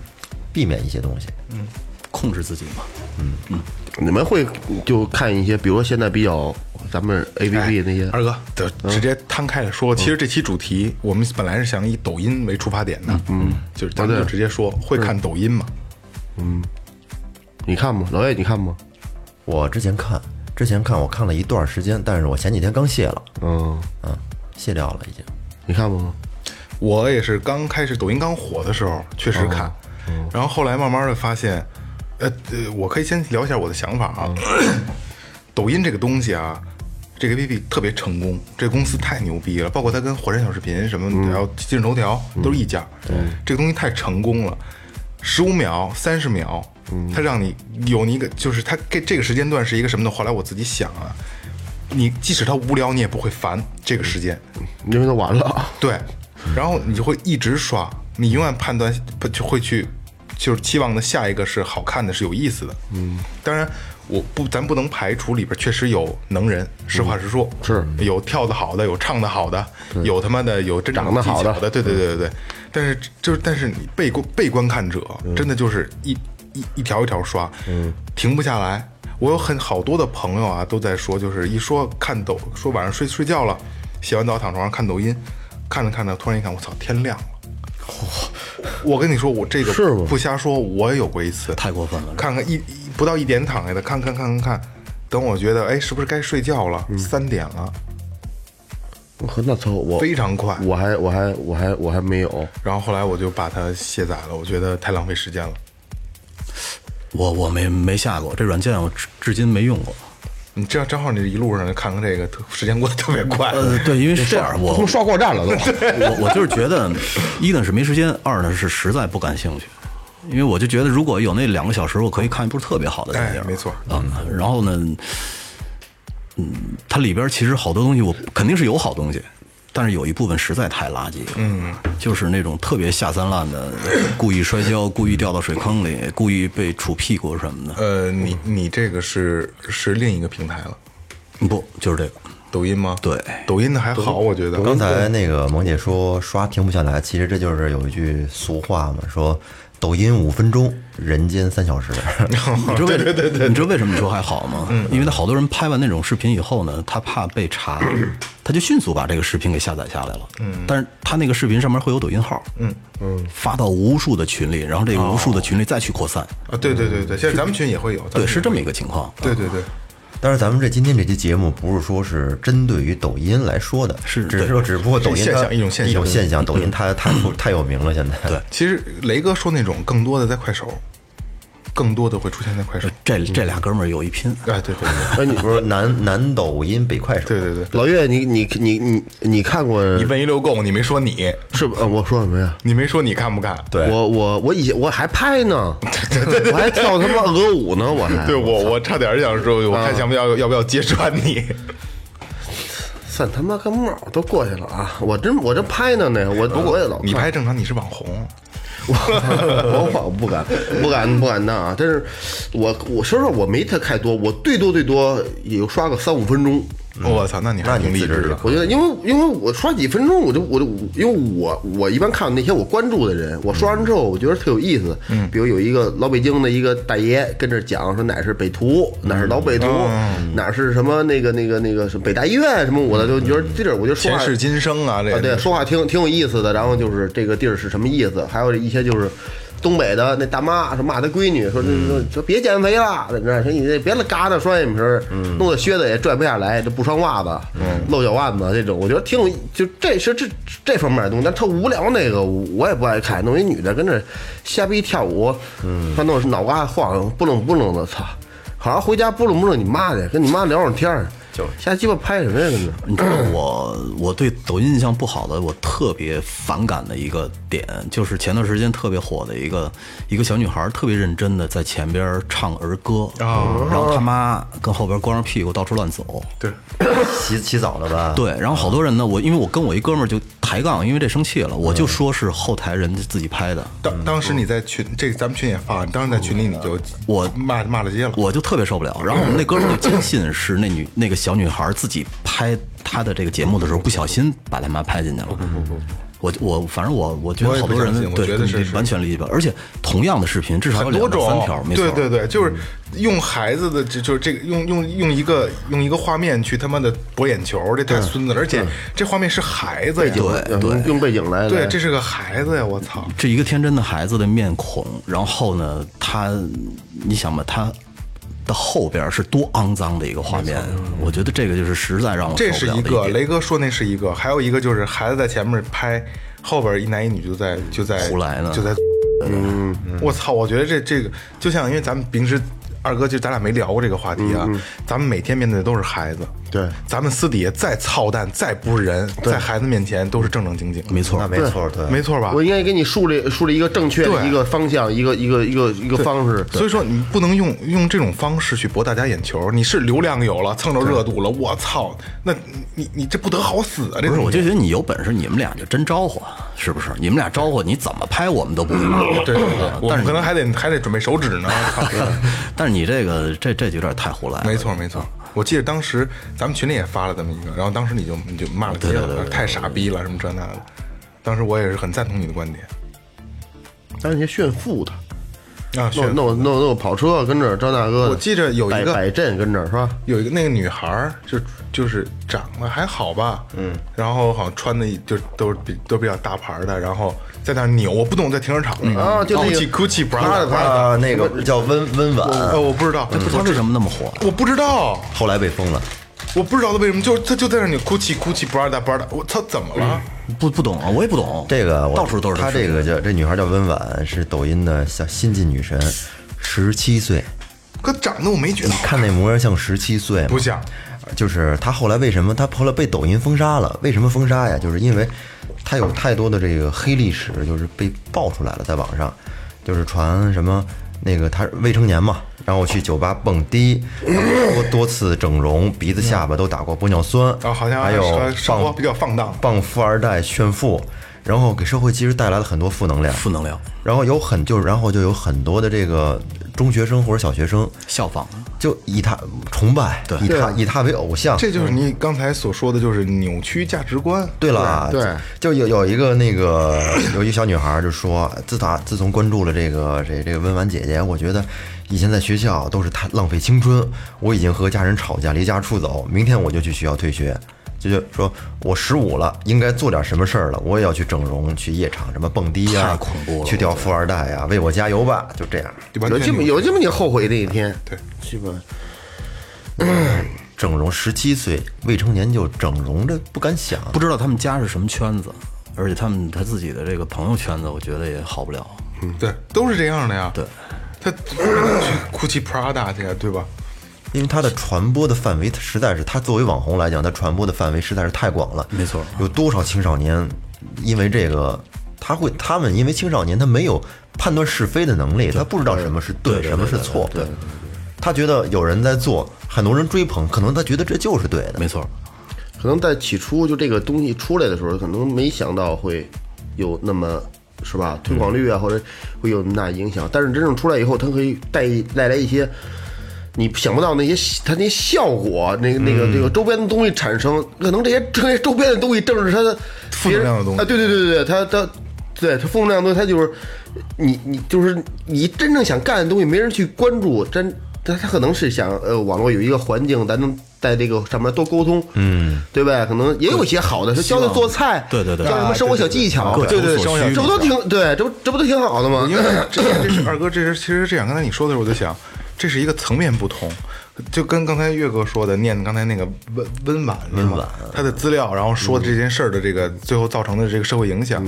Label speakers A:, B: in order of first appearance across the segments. A: 避免一些东西。
B: 控制自己嘛，
C: 你们会就看一些，比如说现在比较咱们 A P P 那些，
D: 哎二哥，嗯得直接摊开了说。其实这期主题我们本来是想以抖音为出发点的，嗯，就是咱们就直接说会看抖音嘛，
C: 你看吗？老岳，你看吗？
A: 我之前看，之前看我看了一段时间，但是我前几天刚卸了，
C: 嗯，
A: 嗯，卸掉了已经。
C: 你看吗？
D: 我也是刚开始抖音刚火的时候，确实看，然后后来慢慢的发现，呃呃，我可以先聊一下我的想法啊。抖音这个东西啊，这个 APP 特别成功，这个公司太牛逼了，包括它跟火山小视频什么，还有今日头条都是一家。对，这个东西太成功了，十五秒、三十秒，它让你有你一个，就是它给这个时间段是一个什么呢？后来我自己想啊，你即使它无聊，你也不会烦这个时间。
C: 因为都完了，
D: 对，然后你就会一直刷，你永远判断不就会去，就是期望的下一个是好看的，是有意思的。嗯，当然，我不，咱不能排除里边确实有能人，实话实说，
C: 是
D: 有跳的好的，有唱的好的，有他妈的有真正
C: 长得好的
D: 技巧的，对对对对对。但是就是，但是你被观被观看者真的就是一一一条一条刷，嗯，停不下来。我有很好多的朋友啊，都在说，就是一说看抖，说晚上睡睡觉了，洗完澡躺床上看抖音，看着看着，突然一看，我操，天亮了。我跟你说，我这个
C: 是吗
D: 不瞎说，我也有过一次，
B: 太过分了。
D: 看看一一不到一点躺下的，看看看看看，等我觉得哎，是不是该睡觉了？三点了，
C: 我和那操我
D: 非常快。
C: 哦我还我还我还我还没有，
D: 然后后来我就把它卸载了，我觉得太浪费时间了。
B: 我我没没下过这软件，我至至今没用过。
D: 你嗯这样正好，你一路上看看这个，特时间过得特别快。
B: 呃，对，因为是这样，我
C: 都刷过站了都。
B: 我我就是觉得，一呢是没时间，二呢是实在不感兴趣，因为我就觉得如果有那两个小时，我可以看一部特别好的电影，
D: 哎没错
B: 啊。然后呢，嗯，它里边其实好多东西，我肯定是有好东西，但是有一部分实在太垃圾，嗯，就是那种特别下三滥的，故意摔跤，故意掉到水坑里，故意被杵屁股什么的，
D: 呃，你你这个是是另一个平台了，
B: 不就是这个？
D: 抖音吗？
B: 对
D: 抖音的还好，我觉得。
A: 刚才那个萌姐说刷停不下来，其实这就是有一句俗话嘛，说抖音五分钟，人间三小时。
B: 你知道为哦对对嗯对，你知道为什么说还好吗？因为他好多人拍完那种视频以后呢，他怕被 查，他就迅速把这个视频给下载下来了。嗯，但是他那个视频上面会有抖音号，嗯嗯，哦发到无数的群里，然后这个无数的群里再去扩散，
D: 啊，对对对对，现在咱们群也会有。咱
B: 对，
D: 们
B: 是这么一个情况。
D: 对对对，
A: 但是咱们这今天这期节目不是说是针对于抖音来说的，
B: 是
A: 只是
B: 对
A: 说只不过抖音
D: 是现
A: 它
D: 象一种现象
A: 一种现 象，抖音它太出太有名了，现在对
D: 其实雷哥说那种更多的在快手，更多的会出现在快手。
B: 这这俩哥们儿有一拼，
D: 哎，对对对
C: 哎，你
A: 不是南南抖音北快手，
D: 对 对对，
C: 老岳，你你你你你看过
D: 你问一溜够，你没说你，
C: 是吧？呃我说什么呀？
D: 你没说你看不看？
A: 对
C: 我我我以前我还 拍呢，我还跳他妈俄舞呢，我还
D: 对我我差点想说，我看想不要要不要揭穿你？
C: 算他妈个帽儿都过去了啊！我真我真拍呢那我我也老
D: 呃你
C: 看
B: 嗯
D: 拍正常，你是网红，
C: 我我不敢，不敢，不敢当啊！但是我，我说实话，我没太太多，我最多最多也就刷个三五分钟。
B: 嗯
D: 我操，那你还挺励志的。
C: 我觉得，因为因为我刷几分钟，我就我就因为我我一般看那些我关注的人，我刷完之后，我觉得特有意思。嗯，比如有一个老北京的一个大爷跟这讲说哪是北图，哪是老北图，哪是什么那个那个那个什么北大医院什么，我的就觉得这地儿我就说
D: 前
C: 话
D: 世今生啊，这
C: 啊，对，
D: 个
C: 说话挺挺有意思的。然后就是这个地儿是什么意思，还有一些就是东北的那大妈说骂她闺女说这说说别减肥了，怎么着？说你这别老嘎达双眼皮儿，弄得靴子也拽不下来，这不穿袜子，露脚腕子这种，我觉得挺有意，就这是这这方面的东西。但特无聊那个我也不爱看，弄一女的跟这瞎逼跳舞，嗯，她弄脑瓜子晃，不楞不楞的，操！好好回家拨弄拨弄你妈去，跟你妈聊会儿天儿。
D: 就
C: 瞎鸡巴拍什么呀？跟着
B: 你知道我我对抖音印象不好的，我特别反感的一个点，就是前段时间特别火的一个一个小女孩，特别认真的在前边唱儿歌，然后她妈跟后边光着屁股到处乱走。
D: 对，
A: 洗洗澡了吧？，
B: 对，然后好多人呢，我因为我跟我一哥们儿就抬杠，因为这生气了，我就说是后台人家自己拍的，
D: 当当时你在群，这个咱们群也发，当时在群里你就
B: 我
D: 骂骂了街了，
B: 嗯我就特别受不了。然后我们那哥们儿就坚信是那女那个小女孩自己拍她的这个节目的时候，不小心把他妈拍进去了。我我反正我我觉
D: 我
B: 得
D: 也
B: 好
D: 不
B: 多人
D: 相信我
B: 对
D: 觉得是
B: 你
D: 是
B: 完全理解不了，而且同样的视频至少有
D: 很多
B: 两到
D: 种
B: 三条，没错，嗯
D: 对对对，就是用孩子的，就就是这个用用用一个用一个画面去他妈的博眼球，这太孙子了，而且这画面是孩子呀，
B: 嗯对
C: 用用背景来
D: 对，
C: 来
D: 这是个孩子呀，我操！
B: 这一个天真的孩子的面孔，然后呢，他，你想吧，他的后边是多肮脏的一个画面，我觉得这个就是实在让哦
D: 嗯
B: 我受
D: 这
B: 不
D: 是
B: 了的
D: 一个，
B: 点。
D: 雷哥说那是一个，还有一个就是孩子在前面拍，后边一男一女就在就在
B: 胡来呢
D: 就在，嗯，我操！我觉得这这个就像，因为咱们平时二哥就咱俩没聊过这个话题啊，咱们每天面对的都是孩子，
C: 对，
D: 咱们私底下再操蛋再不是人，在孩子面前都是正正经经，
B: 没错
A: 那，没错，对，
D: 没错吧
C: 我？应该给你树立树立一个正确的
D: 对
C: 一个方向，一个一个一个一个方式。
D: 所以说你不能用用这种方式去博大家眼球，你是流量有了，蹭着热度了，我操，那你你你这不得好死啊！这
B: 不是，
D: 东
B: 我
D: 西
B: 就觉得你有本事，你们俩就真招呼，啊是不是？你们俩招呼，你怎么拍我们都不会骂。
D: 对，对对啊我
B: 但
D: 们
B: 是
D: 可能还得还得准备手指呢。操
B: 但是你这个这这就有点太胡来了。
D: 没错没错，我记得当时咱们群里也发了这么一个，然后当时你就你就骂了街了，太傻逼了什么这那的。当时我也是很赞同你的观点
C: 但是你炫富他，
D: 啊，
C: 弄
D: 炫
C: 弄弄弄跑车跟这儿，张大哥的，
D: 我记着有一
C: 摆
D: 个
C: 摆阵跟这儿是吧？
D: 有一个那个女孩儿，就就是长得还好吧，嗯，然后好像穿的就都是比都比较大牌儿的，然后在那儿扭，我不懂，在停车场那个
C: 啊就那个
D: Gucci Gucci Prada
C: Prada，
D: Prada，
A: 啊，那个叫温温婉，
D: 呃，我不知道，
B: 他为什么那么火？
D: 我不知道，
A: 后来被封了。
D: 我不知道他为什么，就他就在那儿扭 Gucci Gucci Prada Prada，我操，怎么了？
B: 不不懂啊，我也不懂。
A: 这个我
B: 到处都是
A: 她
B: 视频
A: 这个叫这女孩叫温婉，是抖音的小新晋女神，十七岁，
D: 可长得我没觉得好看，
A: 看那模样像十七岁吗？
D: 不像。
A: 就是她后来为什么她后来被抖音封杀了？为什么封杀呀？就是因为她有太多的这个黑历史，就是被爆出来了，在网上，就是传什么那个她未成年嘛，然后去酒吧蹦迪，多多次整容，鼻子下巴都打过玻尿酸，
D: 啊好像
A: 还有
D: 生生活
A: 傍
D: 比较放荡
A: 傍富二代炫富，然后给社会其实带来了很多负能量。
B: 负能量
A: 然后有很就是，然后就有很多的这个中学生或者小学生，
B: 效仿啊，
A: 就以他崇拜，以他以他为偶像。
D: 这就是你刚才所说的，就是扭曲价值观。
A: 对了，啊
C: 对对
A: 就有有一个那个 有一小女孩就说，自打自从关注了这个这这个温婉姐姐，我觉得以前在学校都是太浪费青春，我已经和家人吵架，离家出走，明天我就去学校退学。就就说，我十五了，应该做点什么事儿了。我也要去整容，去夜场，什么蹦迪呀、
B: 太恐怖了
A: 去钓富二代呀、啊为我加油吧，就这样。
D: 就完
C: 有
D: 全
C: 这么
D: 扭曲
C: 有这么你后悔的一天，
D: 对，
C: 鸡巴
A: 整容，十七岁未成年就整容，这不敢想。
B: 不知道他们家是什么圈子，而且他们他自己的这个朋友圈子，我觉得也好不了。
D: 嗯对，都是这样的呀。
B: 对，
D: 他去 Gucci Prada 去，啊对吧？
A: 因为它的传播的范围，它实在是，它作为网红来讲，它传播的范围实在是太广了。
B: 没错
A: 有多少青少年因为这个，他会，他们因为青少年他没有判断是非的能力，他不知道什么是对，什么是错。对，他觉得有人在做，很多人追捧，可能他觉得这就是对的。
B: 没错，
C: 可能在起初就这个东西出来的时候，可能没想到会有那么是吧推广率啊，或者会有那么大影响。但是真正出来以后，它可以带带来一些你想不到那些它那些效果，那个那
D: 嗯
C: 个那个周边的东西产生，可能这些这些周边的东西正是它的
D: 负能量的东西
C: 啊，对对对对对，它它。对它负能量的东西，它就是你你就是你真正想干的东西，没人去关注，真他他可能是想呃，网络有一个环境，咱能在这个上面多沟通，嗯，对呗？可能也有一些好的，是教他做菜，
B: 对对对
C: 教什么生活小技巧，
D: 对对对
C: 这
D: 生活小技巧
C: 这不都挺对？这不这不都挺好的吗
D: 因？ 为这这是二哥，这是其实这样，刚才你说的时候，我就想，这是一个层面不同，就跟刚才岳哥说的，念刚才那个温温婉，温婉，他的资料，然后说的这件事儿的这个最后造成的这个社会影响，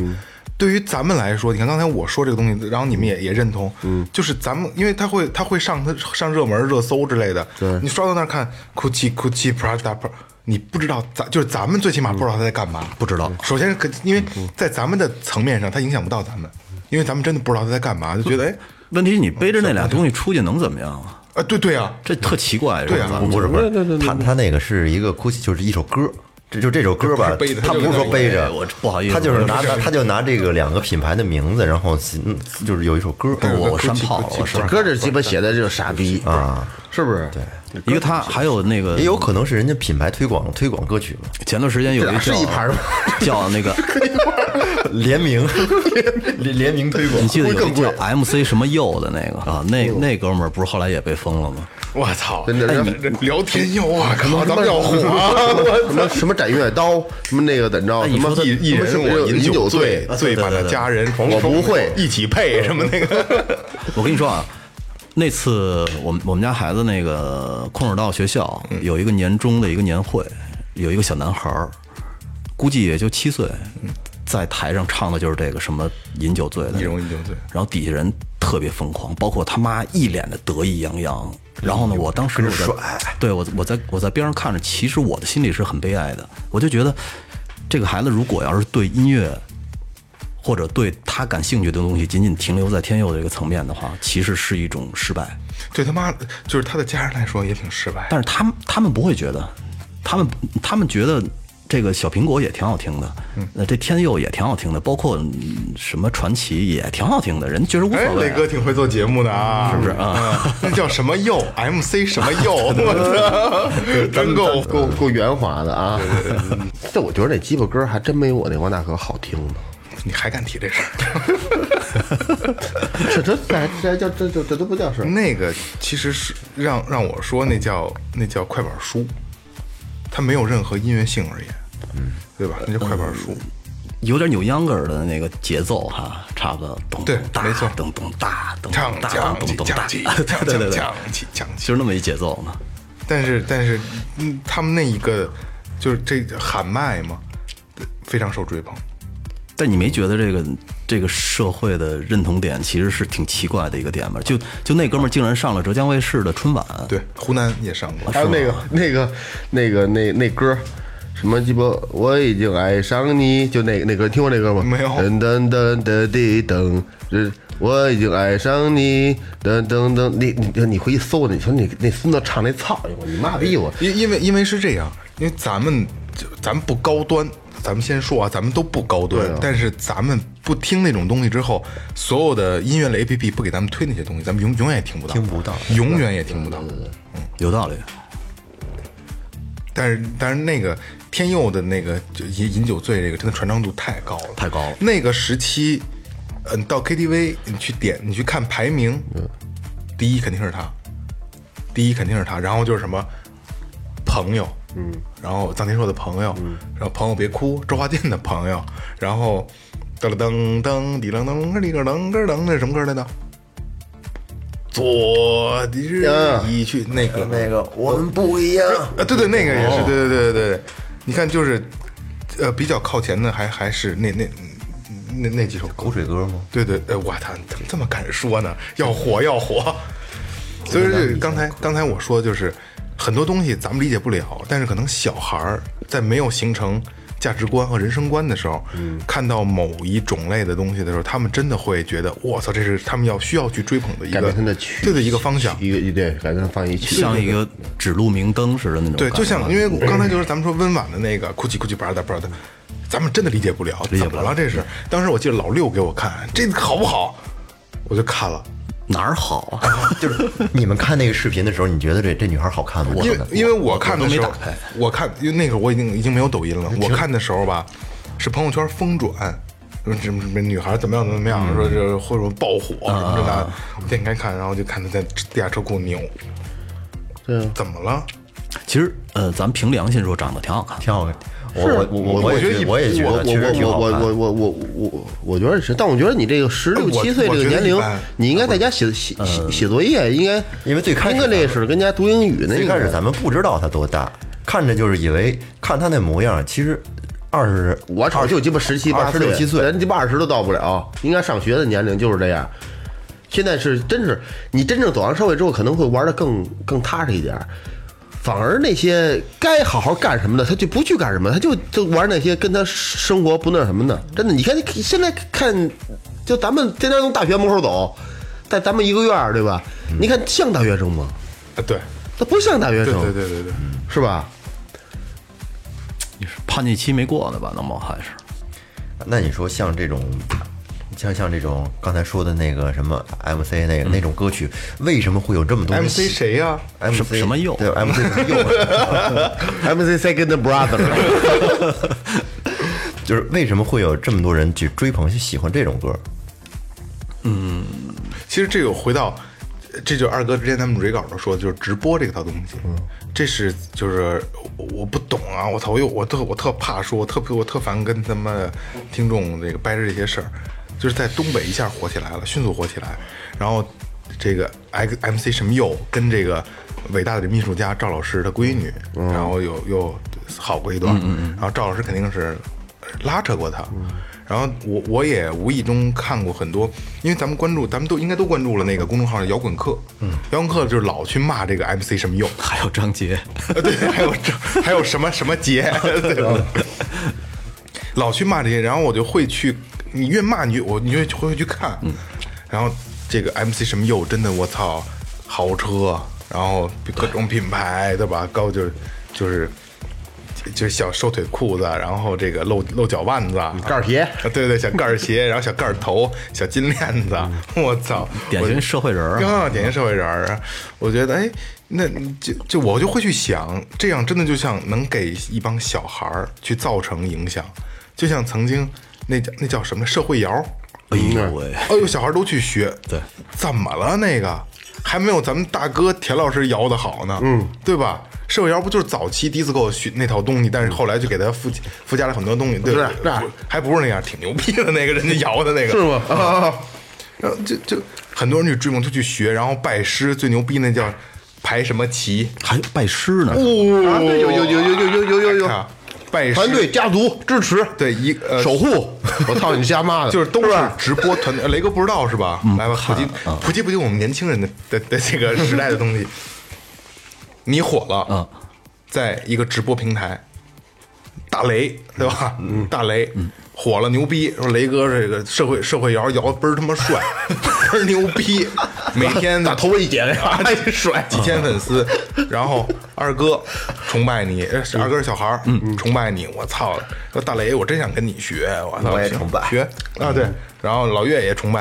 D: 对于咱们来说，你看刚才我说这个东西，然后你们也也认同，嗯，就是咱们，因为它会它会上它上热门、热搜之类的，对，你刷到那儿看 Gucci Gucci Prada，Prada，你不知道咱就是咱们最起码不知道他在干嘛，嗯
B: 不知道
D: 首先是可，因为在咱们的层面上，它影响不到咱们，因为咱们真的不知道他在干 嘛，就觉得哎
B: 问题是你背着那俩东西出去能怎么样啊？
D: 啊，对对 啊，
B: 这特奇怪，
D: 对啊
B: 是吧
A: 不是不是，他他那个是一个哭泣，就是一首歌。这就这首歌吧
D: 这不是背着，
A: 他不是说背
B: 哎
A: 着，
B: 我不好意思
A: 他就是拿
B: 我
A: 拿他就拿这个两个品牌的名字，然后嗯就是有一首歌，
B: 我我
D: 是
B: 山炮了，
D: Gucci-
B: 我是
C: 这歌这鸡巴写的就是傻逼啊，是不是？对，哎
B: 一个他，还有那个
A: 也有可能是人家品牌推广推广歌曲嘛，
B: 前段时间有
C: 这
B: 一个
C: 俩是
B: 叫
C: 一盘吗
B: 叫那个，
A: 联 名联联名推广
B: 你。记得有一
C: 更贵哎
B: 个叫 MC 什么佑的那个啊，那那哥们儿不是后来也被封了吗？
D: 我操，
C: 真的
D: 哎你聊天要啊，可能咱们要火 啊，
C: 什么什么斩月刀，什么那个怎么着？
B: 哎
C: 什
B: 你
C: 么
B: 说
D: 一一人
C: 什么
D: 我
C: 饮
D: 饮
C: 酒
D: 醉啊
C: 醉，，
D: 醉把他家人同
C: 我不会
D: 一起 配什么那个，
B: 我跟你说啊，那次我们我们家孩子那个空手道学校
D: 嗯
B: 有一个年终的一个年会，有一个小男孩儿，估计也就七岁，
D: 嗯
B: 在台上唱的就是这个什么饮酒醉的那个，
D: 一人饮酒醉。
B: 然后底下人特别疯狂，包括他妈一脸的得意洋洋。然
D: 哎
B: 后呢，我当时我在对我我在我在边上看着，其实我的心里是很悲哀的。我就觉得，这个孩子如果要是对音乐或者对他感兴趣的东西仅仅停留在天佑的这个层面的话，其实是一种失败。
D: 对他妈，就是他的家人来说也挺失败。
B: 但是他们他们不会觉得，他们他们觉得这个小苹果也挺好听的，那这天佑也挺好听的，包括嗯什么传奇也挺好听的，人觉得无
D: 哎
B: 所，谓
D: 磊
B: 啊、
D: 哥挺会做节目的啊，是不是啊？ 那叫什么佑 MC 什么佑， 我操，真够
C: 够够圆滑的 啊！这我觉得那鸡巴歌还真没我那王大哥好听呢。
D: 你还敢提这事儿？
C: 这这这这叫这这这都不叫事儿。
D: 那个其实是让让我说，那叫那叫快板书，它没有任何音乐性而言，嗯，对吧？那叫快板书。
B: 嗯有点扭秧歌儿的那个节奏哈，差不多，咚
D: 对
B: 咚哒
D: 没错
B: 咚咚哒，咚
D: 唱
B: 咚哒，
D: 讲
B: 咚
D: 起
B: 咚
D: 讲
B: 哒，
D: 起
B: 对
D: 讲
B: 对
D: 起
B: 对对，
D: 讲起讲起
B: 就是那么一节奏嘛。
D: 但是但是，嗯，他们那一个就是这喊麦嘛，非常受追捧。
B: 但你没觉得这个这个社会的认同点其实是挺奇怪的一个点吗？就就那哥们儿竟然上了浙江卫视的春晚，
D: 对，湖南也上过，
C: 还有那个那个那个那那歌，什么鸡巴我已经爱上你，就那那歌，听过那歌吗？
D: 没有
C: 噔噔噔噔滴噔，这我已经爱上你，噔噔噔，你你你回去搜的，你说你那孙子唱那操，哎呦我你妈逼我！
D: 因因为因为是这样，因为咱们就咱们不高端，咱们先说啊，咱们都不高端，但是咱们不听那种东西之后，所有的音乐类 A P P 不给咱们推那些东西，咱们永永远也听不到，听不到，永远也听不到。
B: 有道理。
D: 但是但是那个天佑的那个就饮饮酒醉这个真的传唱度太高了，
B: 太高了
D: 那个时期，嗯，到 KTV 你去点你去看排名，嗯第一肯定是他，第一肯定是他，然后就是什么朋友，嗯，然后臧天朔的朋友，
B: 嗯
D: 然后朋友别哭，周华健的朋友，然后噔了噔噔滴噔噔滴个噔咯噔，那是什么歌来着？左的日
B: 啊
D: 一去那个
A: 那个我们不一样，
D: 啊，对对，那个也
C: 哦
D: 是，对对对对对。你看，就是，呃，比较靠前的还还是那那那那几首歌。
A: 口水歌吗？
D: 对对，呃，我操，怎么这么敢说呢？要火要 火！所以这刚才刚才我说的就是很多东西咱们理解不了，但是可能小孩儿在没有形成价值观和人生观的时候，
C: 嗯
D: 看到某一种类的东西的时候，他们真的会觉得，我操，这是他们要需要去追捧的一
C: 改
D: 个
C: 变他的曲，
D: 对的一个方向。
C: 一个对，改变放一曲，
B: 像一个指路明灯似的那种感
D: 对，
B: 觉，嗯
D: 就像因为我刚才就是咱们说温婉的那个哭泣哭泣巴达巴达，咱们真的理解不了，
B: 理解
D: 怎
B: 不
D: 么
B: 了嗯
D: 了这是？当时我记得老六给我看这个好不好，我就看了，
B: 哪儿好啊？
A: 就是你们看那个视频的时候，你觉得这这女孩好看吗？
D: 因为因为我看的时候
B: 我都没打开，
D: 我看因为那个我已经已经没有抖音了，我看的时候吧，是朋友圈疯转。说什么什么女孩怎么样怎么
B: 嗯
D: 样？说这或者说爆火什么这那
B: 啊
D: 的，我点开看，然后就看她在地下车库扭，
C: 对啊，
D: 怎么了？
B: 其实呃，咱凭良心说，长得挺好看的。
A: 挺好看。我我我
D: 我
A: 也
D: 觉得一
A: 觉我也觉
D: 我
A: 得确实挺
C: 我
A: 好
C: 我
A: 看。
C: 我我我我我觉得是，但我觉得你这个十六
D: 我
C: 七岁
D: 我
C: 这个
D: 觉得
C: 年
D: 一
C: 龄
D: 般，
C: 你应该在家写写写写作业，应该
A: 嗯因为最开始咱们
C: English 跟人家读英语那
A: 最
C: 个
A: 开始咱们不知道她多大，看着就是以为看她那模样，其实二十
C: 我瞅就鸡巴十七八
A: 26 27岁
C: 人鸡巴二十都到不了，应该上学的年龄就是这样。现在是真是你真正走上社会之后，可能会玩的更更踏实一点儿。反而那些该好好干什么的，他就不去干什么，他就就玩那些跟他生活不那什么的。真的，你看现在看，就咱们天天从大学门口走，在咱们一个院儿对吧？你看像大学生吗？
D: 啊，对，
C: 他不像大学
D: 对
C: 生，
D: 对对对对，
C: 是吧？
B: 你是叛逆期没过呢吧？那么还是
A: 那你说像这种，像像这种刚才说的那个什么 MC 那个、那种歌曲，为什么会有这么多人
D: MC
A: 喜
D: 谁呀、
A: MC
B: 什什么佑
A: 对 MC 什么佑，
C: MC Second Brother，
A: 就是为什么会有这么多人去追捧、去喜欢这种歌？
D: 其实这个回到，这就是二哥之前咱们蕊稿的说，就是直播这套东西，这是就是我我不懂啊，我操，我又我特我特怕说，我特我特烦跟他们听众这个掰扯这些事儿，就是在东北一下火起来了，迅速火起来，然后这个 X MC 什么佑跟这个伟大的秘术家赵老师的闺女，然后又又好过一段，然后赵老师肯定是拉扯过他。然后我我也无意中看过很多，因为咱们关注，咱们都应该都关注了那个公众号“摇滚课”，嗯，摇滚课就是老去骂这个 MC 什么用，
B: 还有张杰，
D: 呃 对，还有这还有什么什么 节，对吧？老去骂这些，然后我就会去，你越骂你越我你越会去看，
C: 嗯
D: 然后这个 MC 什么又真的我操，豪车，然后各种品牌对吧？高就是就是就是小收腿裤子，然后这个露露脚腕子，
C: 盖儿鞋
D: 啊，对对，小盖儿鞋，然后小盖儿头，小金链子，
C: 嗯
D: 我操，
B: 典型社会人儿啊
D: 啊，典型社会人儿啊。我觉得，哎，那你就就我就会去想，这样真的就像能给一帮小孩儿去造成影响，就像曾经那叫那叫什么社会摇儿，
B: 哎呦喂，
D: 哎呦，小孩儿都去学，
B: 对，
D: 怎么了那个还没有咱们大哥田老师摇的好呢，嗯，对吧？社会摇不就是早期 disco 学那套东西，但是后来就给他附附加了很多东西，对吧
C: 是啊是
D: 还不是那样，挺牛逼的那个人家摇的那个，
C: 是吗？
D: 然后就就很多人去追梦，就去学，然后拜师，最牛逼那叫排什么旗？
B: 还拜师呢，
C: 啊，对，有有有有有有有有有，
D: 看拜师
C: 哎团队家族支持，
D: 对一呃
C: 守护，我操你瞎 妈的，
D: 就是都
C: 是
D: 是
C: 吧
D: 直播团队，雷哥不知道是吧？来吧，普及普及普及我们年轻人的的的这个时代的东西。你火了，
B: 嗯，
D: 在一个直播平台，大雷对吧？大雷火了，牛逼！说雷哥这个社会社会摇摇得倍儿他妈帅， 倍儿牛逼，每 天
C: 把头发一剪， 哎，甩，
D: 几千粉丝，然后二哥崇拜你，呃二哥是小孩儿，
A: 嗯
D: 崇拜你，我操！说大雷，我真想跟你学，我操，
A: 我也
D: 行
A: 崇拜嗯
D: 学啊，对，然后老岳也崇拜，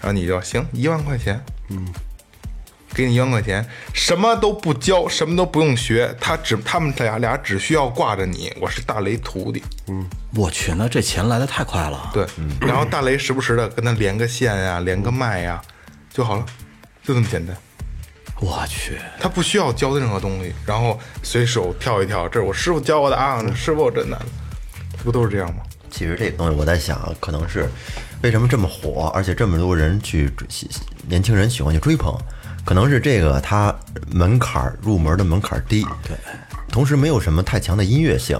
D: 然后你就行，一万块钱，嗯，给你一万块钱，什么都不教，什么都不用学，他只他们俩俩只需要挂着你，我是大雷徒弟，
B: 我去，那这钱来的太快了，
D: 对，然后大雷时不时的跟他连个线呀、连个麦呀、就好了，就这么简单。
B: 我去，
D: 他不需要教的任何东西，然后随手跳一跳，这是我师傅教我的啊，师傅我真的，不都是这样吗？
A: 其实这个东西我在想啊，可能是为什么这么火，而且这么多人去追喜年轻人喜欢去追捧，可能是这个它门槛儿入门的门槛儿低，对，同时没有什么太强的音乐性，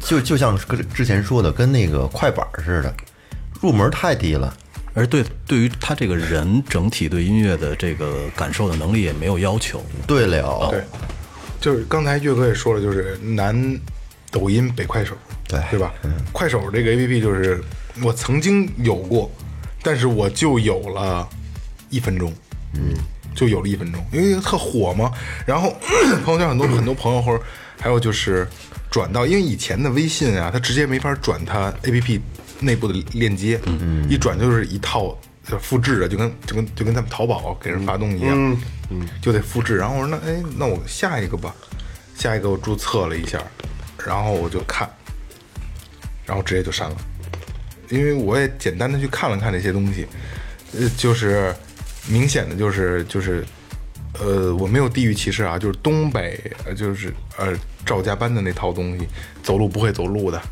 A: 就就像是跟之前说的，跟那个快板儿似的，入门太低了。
B: 而对对于他这个人整体对音乐的这个感受的能力也没有要求，
A: 对了，
D: 对，就是刚才岳哥也说了，就是南抖音北快手，
A: 对
D: 对吧？快手这个 A P P 就是我曾经有过，但是我就有了一分钟，嗯，就有了一分钟，因为特火嘛。然后 朋友圈很多很多朋友或者还有就是转到，因为以前的微信啊，它直接没法转它 A P P 内部的链接，嗯，一转就是一套。就复制的，就跟就跟就跟咱们淘宝给人发东西一样，嗯，就得复制。然后我说那哎，那我下一个吧，下一个我注册了一下，然后我就看，然后直接就删了，因为我也简单的去看了看这些东西，呃，就是明显的就是就是，呃，我没有地域歧视啊，就是东北，呃就是呃赵家班的那套东西，走路不会走路的，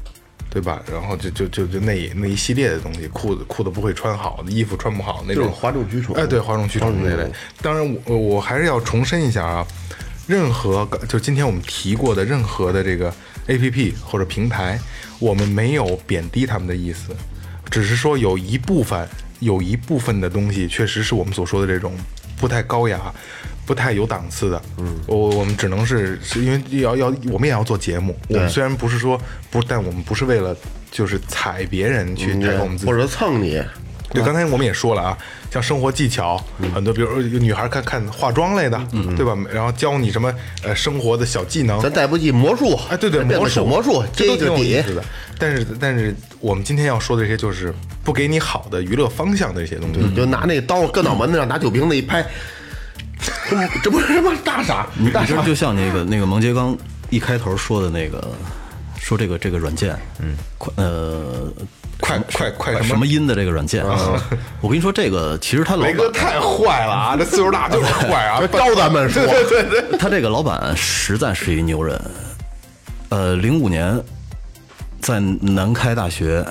D: 对吧？然后就就就就那一那一系列的东西，裤子裤子不会穿好，衣服穿不好那
C: 就
D: 种，
C: 是哗众取宠
D: 哎，对，哗众取宠那类。当然我，我我还是要重申一下啊，任何就今天我们提过的任何的这个 APP 或者平台，我们没有贬低他们的意思，只是说有一部分有一部分的东西确实是我们所说的这种不太高雅。不太有档次的，嗯，我我们只能是是因为要要我们也要做节目，我们虽然不是说不，但我们不是为了就是踩别人去
C: 你
D: 踩我们自己
C: 或，者蹭你，
D: 对，刚才我们也说了啊，像生活技巧，很多，比如说女孩看看化妆类的，对吧？然后教你什么呃生活的小技能。
C: 咱再不济魔术，
D: 哎，对对，
C: 变
D: 魔
C: 个小
D: 术
C: 魔术
D: 这都
C: 接一
D: 挺
C: 个
D: 有意
C: 底，
D: 思的。但是但是我们今天要说的这些，就是不给你好的娱乐方向的一些东西。
C: 你就拿那刀搁脑门子上，拿酒瓶子一拍，这不这不是什么大傻
B: 你
C: 大
B: 你这
C: 傻
B: 不，就像那个那个蒙杰刚一开头说的那个，说这个这个软件，嗯，快呃
D: 快快快
B: 什么音的这个软件，啊我跟你说这个其实他老
D: 雷哥
B: 板
D: 太坏了啊！这岁数大就是坏 啊，
C: 招咱们说，对对对，
B: 他这个老板实在是一牛人，呃，零五年在南开大学，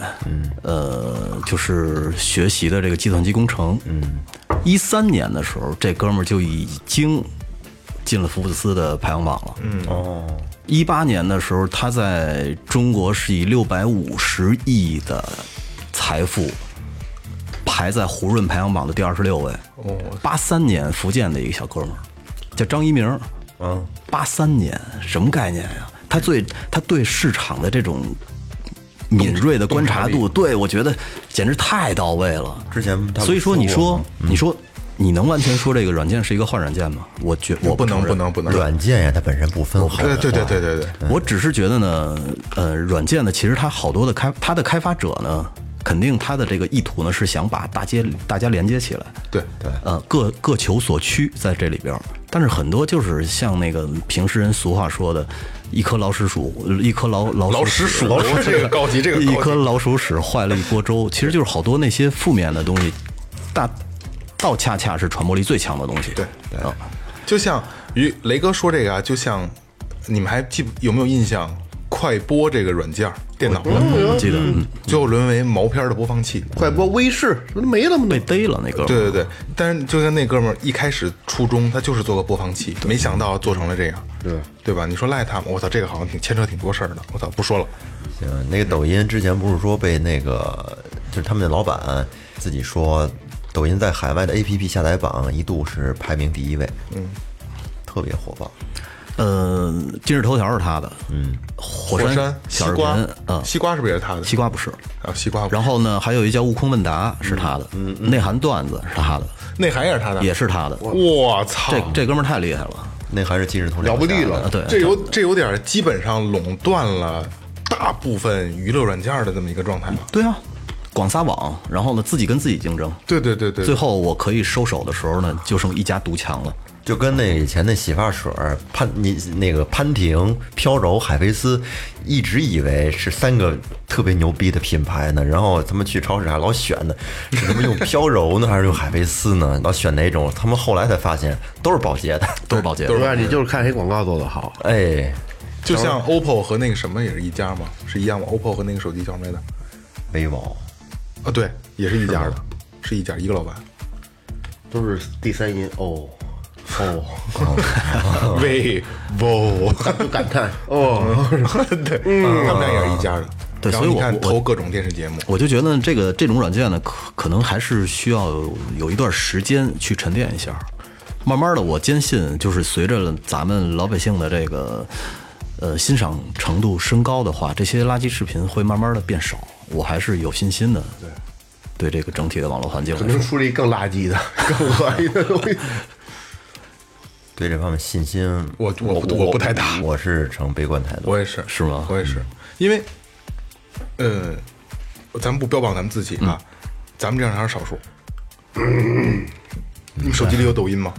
B: 呃，就是学习的这个计算机工程，嗯，一三年的时候，这哥们儿就已经进了福布斯的排行榜了，嗯哦。一八年的时候，他在中国是以六百五十亿的财富排在胡润排行榜的第二十六位。八三年福建的一个小哥们儿，叫张一鸣。嗯，八三年什么概念呀、他最他对市场的这种敏锐的观察度，对我觉得简直太到位了。
A: 之前他们
B: 所以说，你
A: 说嗯
B: 说你说你能完全说这个软件是一个坏软件吗？我觉我
D: 不能
B: 承认
D: 不能不能
A: 软件呀，它本身不分好
D: 对
A: 的
D: 对对对对对，
B: 我只是觉得呢，呃，软件呢，其实它好多的开，它的开发者呢，肯定它的这个意图呢是想把大街大家连接起来，
D: 对对，
B: 呃，各各求所趋在这里边儿。但是很多就是像那个平时人俗话说的，一颗老鼠鼠，一颗老老
D: 老
B: 鼠
D: 鼠
B: 屎
D: 鼠这个高级这个高级
B: 一颗老鼠屎坏了一锅粥，其实就是好多那些负面的东西，大倒恰恰是传播力最强的东西。
D: 对
B: 啊，
D: 就像于雷哥说这个啊，就像你们还记不有没有印象？快播这个软件儿，电脑上
B: 我记得、嗯、
D: 最后沦为毛片儿的播放器。
C: 快播微视，不是没了吗？
B: 被逮了那哥们儿
D: 对对对，但是就跟那哥们儿一开始初衷，他就是做个播放器，没想到做成了这样，对对吧？你说赖他吗？我操，这个好像挺牵扯挺多事儿的。我操，不说了，
A: 行，呃那个抖音之前不是说被那个就是他们的老板自己说，抖音在海外的 APP 下载榜一度是排名第一位，嗯，特别火爆。
B: 呃，今日头条是他的，嗯，火
D: 火
B: 山
D: 山、西
B: 小视频
D: 瓜
B: 啊，
D: 西瓜是不是也是他的？
B: 西瓜不是。
D: 啊，西瓜。
B: 然后呢，还有一叫悟空问答是他的，嗯，内涵段子是他的，
D: 内涵也是他的，
B: 也是他的。
D: 啊我操，
B: 这这哥们儿太厉害了，
A: 那还是今日头条
C: 了不地
A: 下的
C: 了
B: 啊，对，
D: 这有这有点儿基本上垄断了大部分娱乐软件儿的这么一个状态了。
B: 对啊，广撒网，然后呢，自己跟自己竞争，
D: 对对对对，
B: 最后我可以收手的时候呢，就剩一家独强了。
A: 就跟那以前那洗发水儿潘你那个潘婷、飘柔、海飞丝，一直以为是三个特别牛逼的品牌呢，然后他们去超市还老选呢，是他们用飘柔呢还是用海飞丝呢？老选哪种？他们后来才发现都是保洁的，
B: 都是保洁，
C: 我告诉你，就是看谁广告做的好，
A: 哎，
D: 就像 OPPO 和那个什么也是一家嘛，是一样吗？OPPO 和那个手机叫什么来着？
A: vivo。
D: 啊，对，也是一家的，是一家一个老板。
C: 都是第三音哦哦，
D: 啊 vivo，
C: 就感叹哦，
D: 对，他们俩也是一家的。
B: 对
D: 然后
B: 所
D: 你
B: 以我
D: 看
B: 我
D: 投各种电视节目，
B: 我就觉得这个这种软件呢，可可能还是需要有有一段时间去沉淀一下。慢慢的，我坚信，就是随着咱们老百姓的这个呃欣赏程度升高的话，这些垃圾视频会慢慢的变少。我还是有信心的，对，对这个整体的网络环境
C: 可
B: 来
C: 能
B: 说，
C: 出了一更垃圾 的、更恶心的东西。
A: 对这方面信心，
D: 我我我不太大
A: 我是成悲观态度。
D: 我也是，嗯
B: 是吗
D: 我也是，因为，呃，咱们不标榜咱们自己啊，咱们这样还是少 数。你们手机里有抖音吗？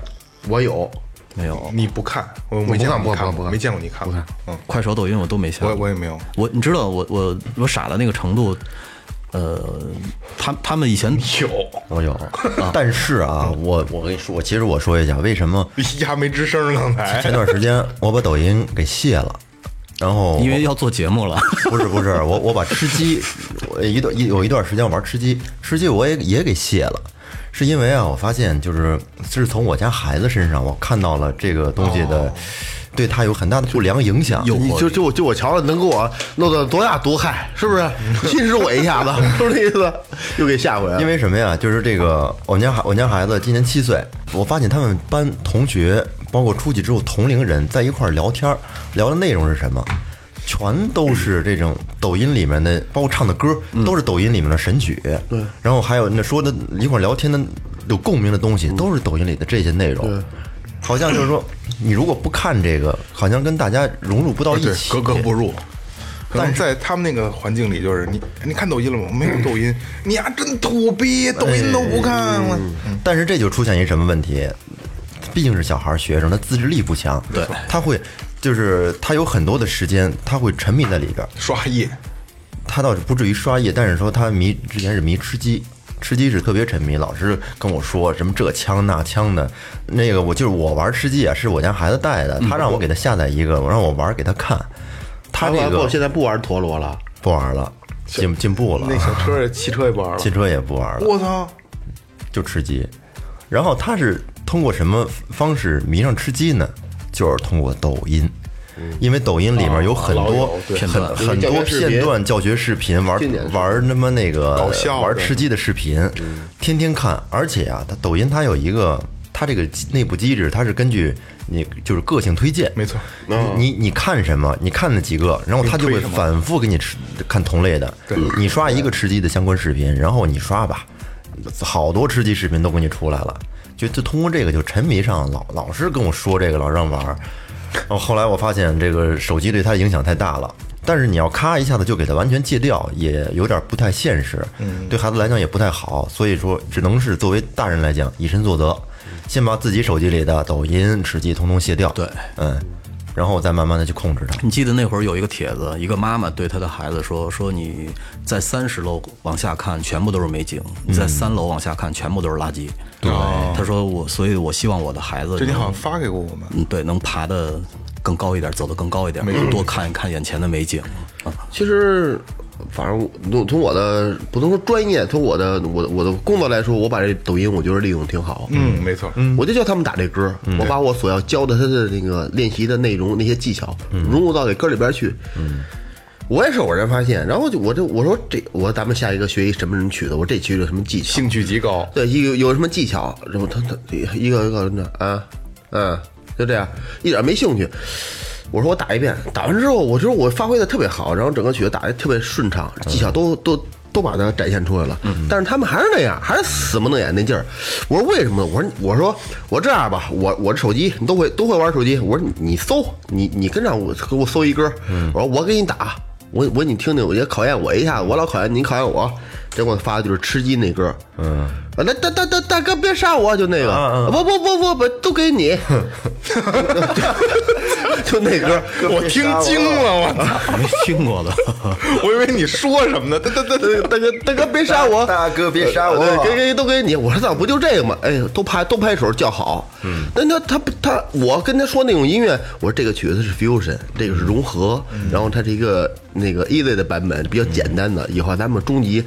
C: 我有，
B: 没有
D: 你不看，我
C: 不
D: 没见过
C: 看
D: 你
C: 不看
D: 看
C: 不
D: 过，
C: 看
D: 没见过你看，
C: 不看。
D: 嗯，
B: 快手、抖音我都没下。
D: 我我也没有。
B: 我你知道我我我傻的那个程度，呃，他他们以前
A: 我有，但是啊，我我跟你说，其实我说一下为什么
D: 丫哎没吱声儿刚
A: 前
D: 才，
A: 段时间我把抖音给卸了，然后
B: 因为要做节目了，
A: 不是不是，我我把吃鸡，我一段一有一段时间我玩吃鸡，吃鸡我也也给卸了，是
D: 哦
A: 因为啊，我发现就是是从我家孩子身上我看到了这个东西的对他有很大的不良影响。
C: 你就就我就我瞧着能给我弄到多大毒害，是不是？侵蚀我一下子， 是不是这意思？又给吓回来了。
A: 因为什么呀？就是这个，我家孩我家孩子今年七岁，我发现他们班同学，包括出去之后同龄人在一块儿聊天儿，聊的内容是什么？全都是这种抖音里面的，包括唱的歌，都是抖音里面的神曲。对，然后还有那说的一块儿聊天的有共鸣的东西，都是抖音里的这些内容。好像就是说，你如果不看这个，好像跟大家融入不到一
D: 啊对，
A: 起，
D: 格格不入。可能在他们那个环境里，就是你，你看抖音了吗？没有抖音，你丫真土逼，抖音都不看了。
A: 嗯但是这就出现一什么问题？毕竟是小孩儿学生，他自制力不强，对，他会就是他有很多的时间，他会沉迷在里边儿。
D: 刷夜，
A: 他倒是不至于刷夜，但是说他迷之前是迷吃鸡，吃鸡是特别沉迷，老是跟我说什么这枪那枪的。那个我就是我玩吃鸡啊，是我家孩子带的，他让我给他下载一个，我让我玩给他看。他这
C: 不，
A: 个
C: 现在不玩陀螺了，
A: 不玩了，进进步了
D: 那，小车也汽车也不玩 了
A: 汽。车也不玩了，
D: 我操！
A: 就吃鸡。然后他是通过什么方式迷上吃鸡呢？就是通过抖音。
D: 嗯
A: 因为抖音里
D: 啊
A: 面有很多很很多片段教学视频，玩玩他妈那个
D: 搞笑的嗯
A: 玩吃鸡的视频，天天看。而且啊，它抖音它有一个它这个机内部机制，它是根据你就是个性推荐，
D: 没错
A: 你。你你看什么？你看了几个，然后它就会反复给你吃看同类的。你刷一个吃鸡的相关视频，然后你刷吧，好多吃鸡视频都给你出来了。就就通过这个就沉迷上，老老是跟我说这个，老让玩儿。哦，后来我发现这个手机对他的影响太大了。但是你要咔一下子就给他完全戒掉，也有点不太现实，对孩子来讲也不太好。所以说，只能是作为大人来讲以身作则，先把自己手机里的抖音、吃鸡通通卸掉。
B: 对
A: 嗯，然后再慢慢的去控制它。
B: 你记得那会儿有一个帖子，一个妈妈对她的孩子说：“说你在三十楼往下看，全部都是美景；你在三楼往下看，全部都是垃圾。”对，她说我，所以我希望我的孩子
D: 嗯哦这你
B: 能
D: 好像发给过我们，
B: 嗯，对，能爬得更高一点，走得更高一点，多看一看眼前的美景。
D: 嗯
C: 其实，反正我从我的不能说专业，从我的我的我的工作来说，我把这抖音我觉得利用挺好。
D: 嗯，没错，嗯，
C: 我就教他们打这歌，我把我所要教的他的那个练习的内容那些技巧融入到这歌里边去。我也是偶然发现，然后就我就我说这我说咱们下一个学一什么人曲子，我这曲有什么技巧？
D: 兴趣极高，
C: 对，有有什么技巧？然后他他一个一个那啊，嗯，就这样，一点没兴趣。我说我打一遍，打完之后，我觉得我发挥的特别好，然后整个曲子打的特别顺畅，技巧都都都把它展现出来了。但是他们还是那样，还是死不能演那劲儿。我说为什么呢？我说我说我这样吧，我我这手机你都会都会玩手机，我说你你搜你你跟上我给我搜一歌，我说我给你打，我我你听听，我也考验我一下，我老考验你考验我。结果发的就是吃鸡那歌，嗯，啊，大大大大大哥别杀我，就那个，不不不不不，都给你，就那歌，
D: 我听惊了，我操！
B: 没听过的，
D: 我以为你说什么呢？哒哒哒哒
C: 大大哥大哥别杀我，
A: 大哥别杀我
C: 呃对给给都给你。我说咋不就这个吗？哎，都拍都拍手叫好。嗯，但他他不他，我跟他说那种音乐，我说这个曲子是 fusion，这个是融合，
A: 嗯
C: 然后它是一个那个 easy 的版本，比较简单的。以后咱们终极。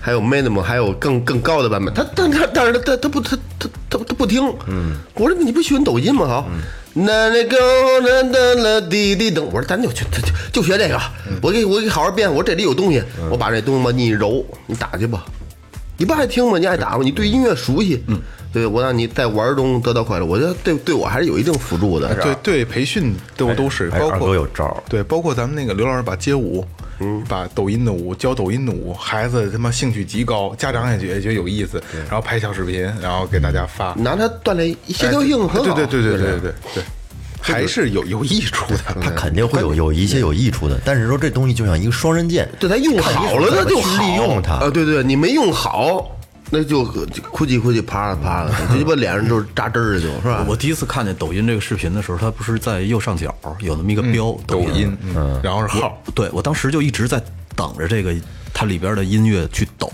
C: 还有 minimum，还有更更高的版本。他但他但是他他他不他他他他不听。嗯，我说你不喜欢抖音吗？好，
A: 嗯
C: 那那个那那那滴滴等，我说咱就去就就学这个。
A: 嗯
C: 我给我给好好编，我这里有东西，我把这东西吧你揉，你打去吧。你不爱听吗？你爱打吗？你对音乐熟悉，嗯，对我让你在玩中得到快乐，我觉得对对我还是啊有一定辅助的。
D: 对对，培训都都是，
A: 哎
D: 包
A: 二
D: 括
A: 哥有招儿
D: 对，包括咱们那个刘老师把街舞，嗯，把抖音的舞教抖音的舞，孩子他妈兴趣极高，家长也觉得觉得有意思，然后拍小视频，然后给大家发，
C: 拿它锻炼协调性很好。
D: 对对对对对对对对，还是有有益处的。
A: 它肯定会有有一些有益处的，但是说这东西就像一个双刃剑，
C: 对，它用好了，它就好
A: 利用它
C: 啊，对对，你没用好，那就哭唧哭唧，啪啦啪 啦，就鸡巴脸上就是扎针儿了，就是吧？
B: 我第一次看见抖音这个视频的时候，它不是在右上角有那么一个标，
D: 抖音，嗯，然后是号，
B: 对我当时就一直在等着这个它里边的音乐去抖，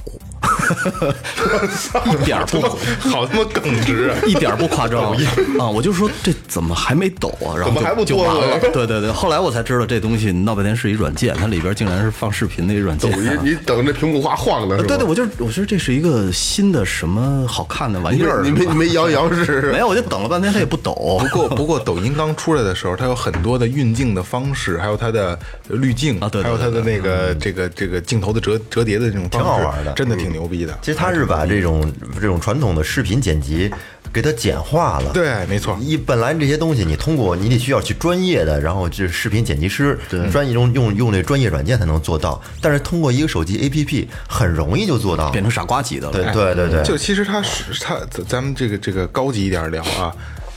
B: 一点儿不
D: 好他妈耿直啊！
B: 一点儿不夸张啊！我就说这怎么还没抖啊？然后
D: 怎么还不
B: 就就
D: 多
B: 完
D: 了
B: 了。对对对，后来我才知道这东西闹半天是一软件，它里边竟然是放视频的一软
C: 抖
B: 件。啊
C: 音，你等着屏幕哗晃呢，是吧？
B: 对对，我就是我说这是一个新的什么好看的玩意儿，
C: 你没
B: 是吧
C: 你没摇一摇试试？
B: 没有，我就等了半天，它也不抖。
D: 不过，不过，抖音刚出来的时候，它有很多的运镜的方式，还有它的滤镜，
B: 啊对对
D: 还有它的那个这个这个镜头的折折叠的这种方式，
A: 好玩的
D: 真
B: 嗯
D: 的挺牛逼的。
A: 其实他是把这种这种传统的视频剪辑给它简化了。
D: 对，没错，
A: 一本来这些东西，你通过你得需要去专业的，然后这视频剪辑师，专业用用用那专业软件才能做到。但是通过一个手机 APP 很容易就做到。
B: 变成傻瓜级的了。
A: 对对对对，
D: 就其实它是它咱咱们这个这个高级一点聊啊，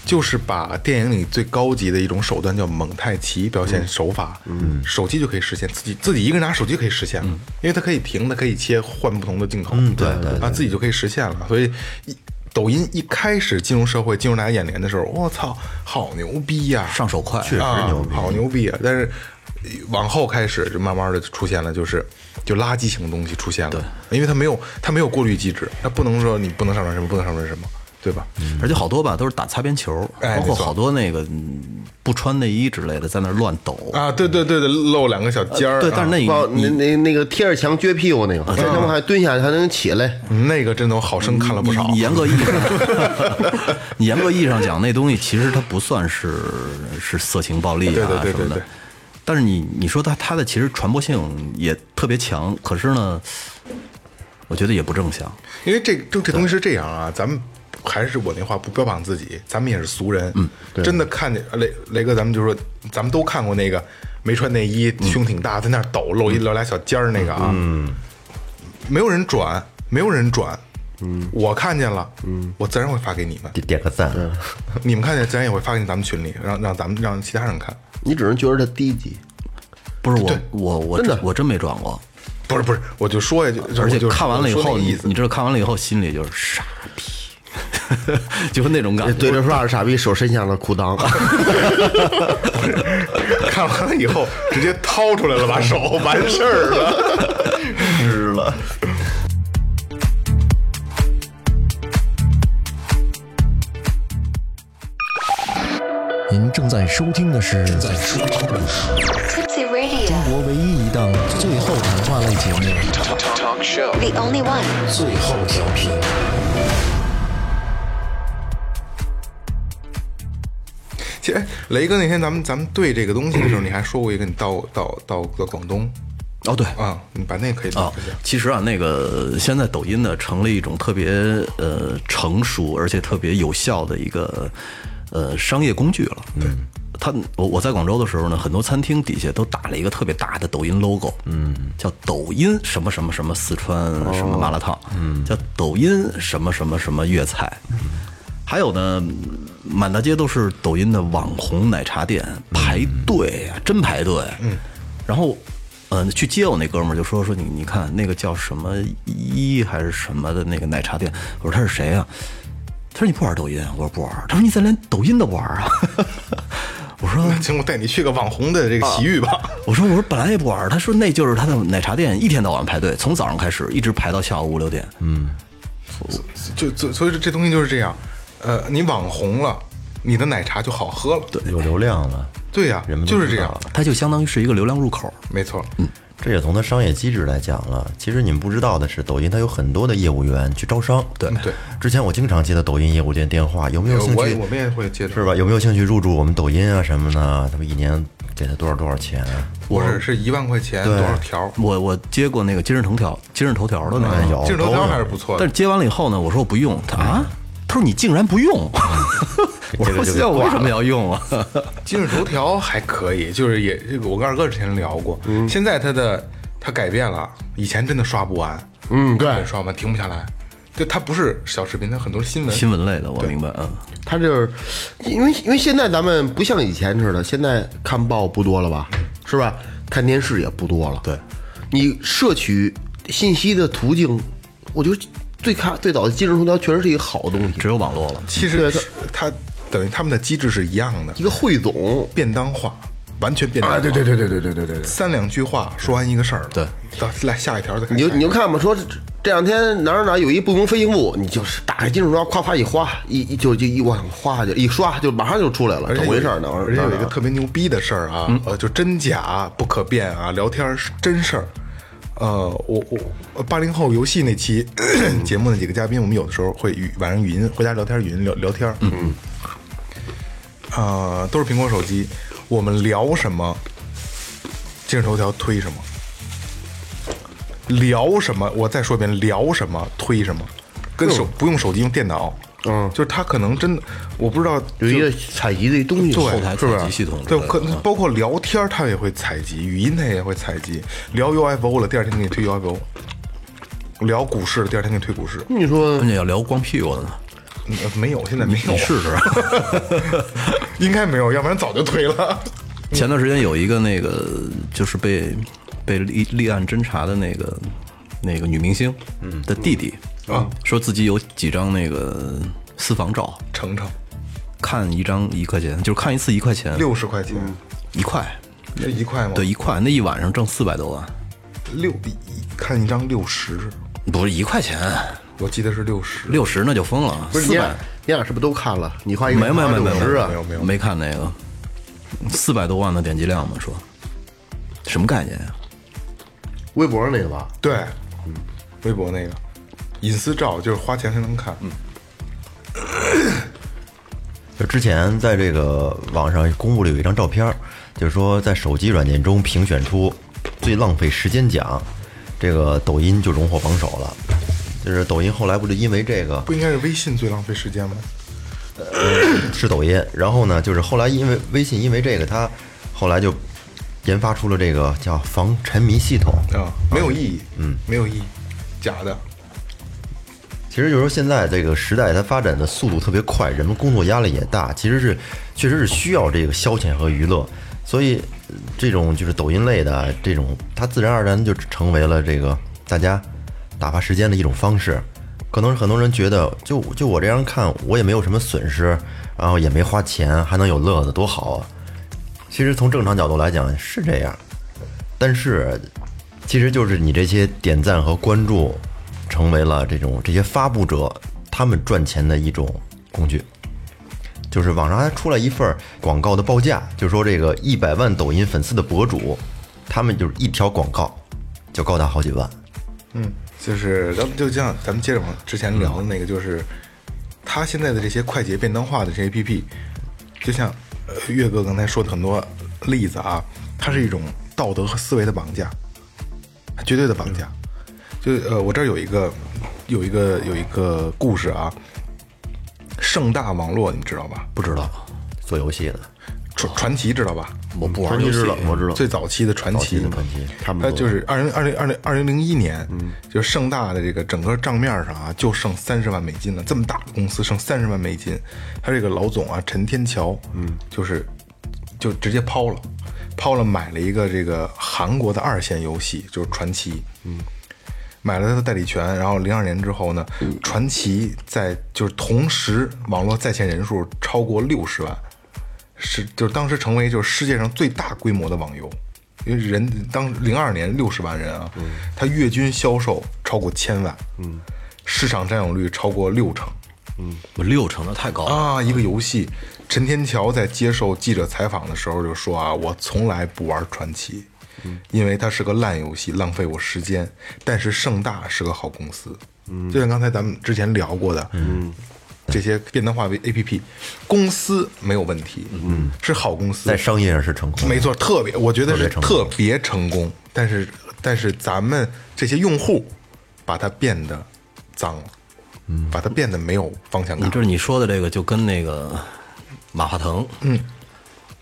D: 就是把电影里最高级的一种手段叫蒙太奇表现手法，嗯，手机就可以实现，自己自己一个人拿手机可以实现了，因为它可以停，它可以切，换不同的镜头，嗯，对对啊，自己就可以实现了，所以一。抖音一开始进入社会、进入大家眼帘的时候，我操，好牛逼呀、
B: 上手快，
A: 确实
D: 啊
A: 牛逼
D: 好牛逼啊！但是呃往后开始就慢慢的出现了，就是就垃圾型的东西出现了，因为它没有它没有过滤机制，它不能说你不能上传什么，不能上传什么，对吧？
B: 而且好多吧都是打擦边球，
D: 哎
B: 包括
D: 没错
B: 好多那个嗯不穿内衣之类的在那儿乱抖。
D: 啊，对对对对，露两个小尖儿、
B: 呃对，但是那
D: 啊
B: 一
C: 不，那那那个贴着墙撅屁股那个，这他妈还蹲下还能起来，
D: 嗯那个真的我好生看了不少
B: 你。严格意义上， 你严格意义上讲，那东西其实它不算是是色情暴力啊
D: 对对对对
B: 什么
D: 对
B: 的。但是你你说它它的其实传播性也特别强，可是呢，我觉得也不正向。
D: 因为这这这东西是这样啊，咱们还是我那话，不标榜自己，咱们也是俗人。嗯，真的看见呃雷雷哥，咱们就说，咱们都看过那个没穿内衣，
B: 嗯
D: 胸挺大，在那儿抖，露一露俩小尖儿那个啊。嗯，没有人转，没有人转。嗯，我看见了，嗯，我自然会发给 你们，
A: 点点个赞，
D: 你们看见自然也会发给咱们群里，让让咱们让其他人看。
C: 你只能觉得它低级。
B: 不是我我我
C: 真的
B: 真我真没转过，
D: 不是不是，我就说呀，就
B: 而且看完了以
D: 我
B: 后，
D: 说那意
B: 你
D: 思
B: 你知道看完了以后心里就是傻逼， 就是那种感觉。
C: 对着说话的傻逼，手伸向了裤裆，
D: 看完了以后直接掏出来了，把 手完事儿了。
A: 吃了。
E: 您正在收听的是正在收听的是
F: Tipsy Radio,
E: 中国唯一一档最后谈话类节目《
F: the only one.
E: 最后调频》。
D: 其实哎雷哥那天咱们咱们对这个东西的时候，你还说过一个，你到到到到广东
B: 哦，对，
D: 啊，你把那个可以
B: 啊
D: 聊一 下。，
B: 其实啊，那个现在抖音呢，成了一种特别呃成熟而且特别有效的一个呃商业工具了。对，它我我在广州的时候呢，很多餐厅底下都打了一个特别大的抖音 logo，嗯，叫抖音什么什么什么四川什么麻辣烫，嗯，叫抖音什么什么什么粤菜。还有呢，满大街都是抖音的网红奶茶店，排队啊，真排队。嗯，然后，呃，去接我那哥们儿就说说你你看那个叫什么一还是什么的那个奶茶店，我说他是谁呀、他说你不玩抖音，啊我说不玩。他说你咋连抖音都不玩啊？ 我说
D: 行，我带你去个网红的这个洗浴
A: 啊
D: 吧。
B: 我说我说本来也不玩儿，他说那就是他的奶茶店，一天到晚排队，从早上开始一直排到下午五六点。
D: 就就所以说这东西就是这样，呃，你网红了，你的奶茶就好喝了。对
A: 有流量了，
D: 对呀
A: 人，们都
D: 就是
A: 知
D: 这
A: 道嗯
D: 样
A: 了，
B: 它就相当于是一个流量入口，
D: 没错。
A: 这也从它商业机制来讲了。其实你们不知道的是，抖音它有很多的业务员去招商。对
D: 嗯对，
A: 之前我经常接到抖音业务员电话，有没有兴
D: 我也
A: 趣？
D: 我们也会接触
A: 是，吧？有没有兴趣入驻我们抖音啊什么的？他们一年给他多少多少钱啊？
D: 不是是一万块钱多少条？
B: 我我接过那个今日头条，今日头条的那个，
A: 哎有
D: 这嗯头
A: 哦都
D: 条
A: 有
D: 还是不错
B: 但
D: 的
B: 是。接完了以后呢，我说我不用，他啊，他说你竟然不用，我
A: 这个
B: 说
A: 就给
B: 现在我为什么要用啊？
D: 今日头条还可以，就是也这个我跟二哥之前聊过，
A: 嗯
D: 现在它的它改变了，以前真的刷不完，嗯，对，刷不完停不下来，就它不是小视频，它很多是新闻，
B: 新闻类的，我明白，嗯，
C: 他就是因为因为现在咱们不像以前似的，现在看报不多了吧，是吧？看电视也不多了。对，你摄取信息的途径，我觉得最看最早的今日头条确实是一个好东西，
B: 只有网络了。
D: 其实是它等于他们的机制是一样的
C: 一，个汇总。
D: 便当化，完全便当化。
G: 啊，对对对对对对对对对，
D: 三两句话说完一个事儿了。
B: 对，
D: 到来下一条再看
C: 你就
D: 下一条
C: 你就看吧，说这这两天哪儿哪儿有一不明飞行物，你就是打开金属刷，夸夸一划，一一就就一往上哗就一刷，就马上就出来了，
D: 而
C: 怎
D: 且
C: 么
D: 有
C: 回事儿呢？啊嗯
D: 而且有一个特别牛逼的事儿啊，呃，就真假不可辨啊，聊天是真事儿。呃，我我八零后游戏那 期节目那几个嘉宾，我们有的时候会语晚上语音回家聊天，语音聊聊天，嗯，呃，都是苹果手机，我们聊什么，今日头条推什么，聊什么？我再说一遍，聊什么推什么，跟
C: 嗯
D: 手不用手机，用电脑，嗯，就是他可能真的，我不知道
C: 有一个采集的东西，
D: 对，
B: 后台
D: 是不是
B: 采集系统之
D: 对
B: 类，的
D: 可
B: 嗯
D: 包括聊天儿它也会采集，语音它也会采集。聊 UFO 了，第二天给你推 UFO；聊股市了，第二天给你推股市。
C: 你说
B: 关键要聊光屁股的呢，
D: 嗯没有，现在没有，
B: 你试试。
D: 应该没有，要不然早就推了。
B: 前段时间有一个那个就是被被立立案侦查的那个那个女明星的弟弟啊，说自己有几张那个私房照，
D: 程程
B: 看一张一块钱，就是看一次一块钱，
D: 六十哦块钱、
B: 一块，
D: 是一块吗？
B: 嗯对，一块，那一晚上挣四百多万，
D: 六一看一张六十，
B: 不是一块钱，
D: 我记得是六十。
B: 六十那就疯了，
C: 不是你
B: 四
C: 俩
B: 百，
C: 你俩是不是都看了？你花一个
B: 没有没有没有没有
C: 八十啊
D: 没有没有
B: 没看那个四百多万的点击量嘛，说什么概念啊呀、
C: 微博上那个吧？
D: 对，嗯微博那个隐私照就是花钱才能看。嗯，
A: 就之前在这个网上公布了有一张照片儿，就是说在手机软件中评选出最浪费时间奖，这个抖音就荣获榜首了。就是抖音后来不就因为这个
D: 不应该是微信最浪费时间吗？
A: 是抖音，然后呢，就是后来因为微信因为这个，它后来就研发出了这个叫防沉迷系统。
D: 啊，没有意义，嗯，没有意义，假的。
A: 其实就是说，现在这个时代它发展的速度特别快，人们工作压力也大，其实是确实是需要这个消遣和娱乐，所以呃这种就是抖音类的这种，它自然而然就成为了这个大家打发时间的一种方式。可能很多人觉得，就就我这样看，我也没有什么损失，然后也没花钱，还能有乐子，多好啊！其实从正常角度来讲是这样，但是其实就是你这些点赞和关注，成为了这种这些发布者他们赚钱的一种工具。就是网上还出来一份广告的报价，就说这个一百万抖音粉丝的博主，他们就是一条广告就高达好几万。
D: 嗯，就是咱们就像咱们接着往之前聊的那个，就是他现在的这些快捷便当化的这些 APP，就像呃岳哥刚才说的很多例子啊，它是一种道德和思维的绑架，绝对的绑架。就呃，我这儿有一个有一个有一个故事啊，盛大网络你知道吧？
B: 不知道，
A: 做游戏的，
D: 传传奇知道吧？
B: 我不玩
C: 传
B: 游
C: 奇
B: 戏
C: 知，道，我知道，
D: 最早期的传奇嘛，
C: 差不多
D: 它就是二零二零二零二零零一年，就是盛大的这个整个账面上啊，就剩三十万美金了。这么大的公司剩三十万美金，他这个老总啊，陈天桥，嗯，就是就直接抛了，抛了买了一个这个韩国的二线游戏，就是传奇，嗯。买了他的代理权，然后零二年之后呢，传奇在就是同时网络在线人数超过六十万，是就是当时成为就是世界上最大规模的网游，因为人当零二年六十万人啊，它月均销售超过千万，嗯，市场占有率超过六成
B: 我六成的太高了，
D: 啊，一个游戏。陈天桥在接受记者采访的时候就说啊，我从来不玩传奇，因为它是个烂游戏，浪费我时间。但是盛大是个好公司，嗯，就像刚才咱们之前聊过的，嗯。这些便当化为 A P P，公司没有问题，嗯，是好公司，
A: 在商业上是成功的。
D: 没错，特别，我觉得是
A: 特
D: 特别成功。但是，但是咱们这些用户把它变得脏了，嗯，把它变得没有方向
C: 嗯
B: 你
D: 感
B: 这。你说的这个就跟那个马化腾，嗯，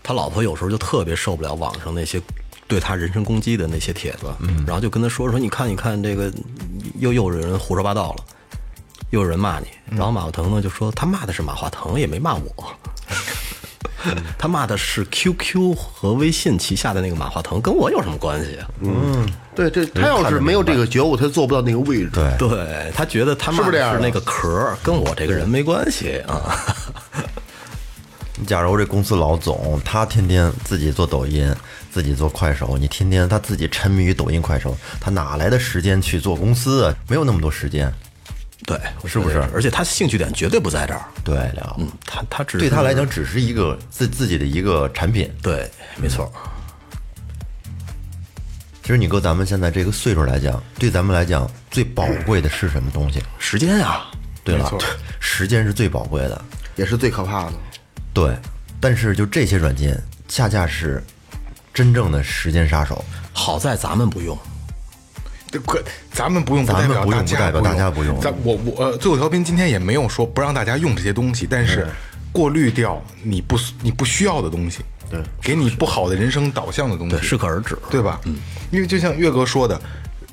B: 他老婆有时候就特别受不了网上那些对他人身攻击的那些帖子，嗯，然后就跟他说说，你看你看这个又又有人胡说八道了，又有人骂你，
C: 嗯
B: 然后马化腾呢就说他骂的是马化腾，也没骂我。 他骂的是 QQ 和微信旗下的那个马化腾，跟我有什么关系啊？
C: 嗯对这他要是没有这个觉悟，他做不到那个位置。对，
B: 对他觉得他
C: 是
B: 骂
C: 不是这
B: 的
C: 样啊
B: 是
C: 的
B: 那个壳儿，跟我这个人没关系啊。
A: 假如这公司老总他天天自己做抖音，自己做快手，你天天他自己沉迷于抖音、快手，他哪来的时间去做公司啊？没有那么多时间。
B: 对，是不是？而且他兴趣点绝对不在这儿，
A: 对了，
B: 嗯，他他只是
A: 对他来讲，只是一个自自己的一个产品。
B: 对，没错，
A: 其实你搁咱们现在这个岁数来讲，对咱们来讲最宝贵的是什么东西？
B: 时间啊，
A: 对吧？时间是最宝贵的，
C: 也是最可怕的。
A: 对。但是就这些软件，恰恰是真正的时间杀手。
B: 好在咱们不用，
D: 这可咱们不用，
A: 咱们
D: 不
A: 不用
D: 代
A: 不代表
D: 大
A: 大
D: 家
A: 家不用
D: 咱我我呃，最后调频今天也没有说不让大家用这些东西，但是过滤掉你不你不需要的东西，对，给你不好的人生导向的东西，
B: 对，适可而止。
D: 对吧？嗯，因为就像岳哥说的，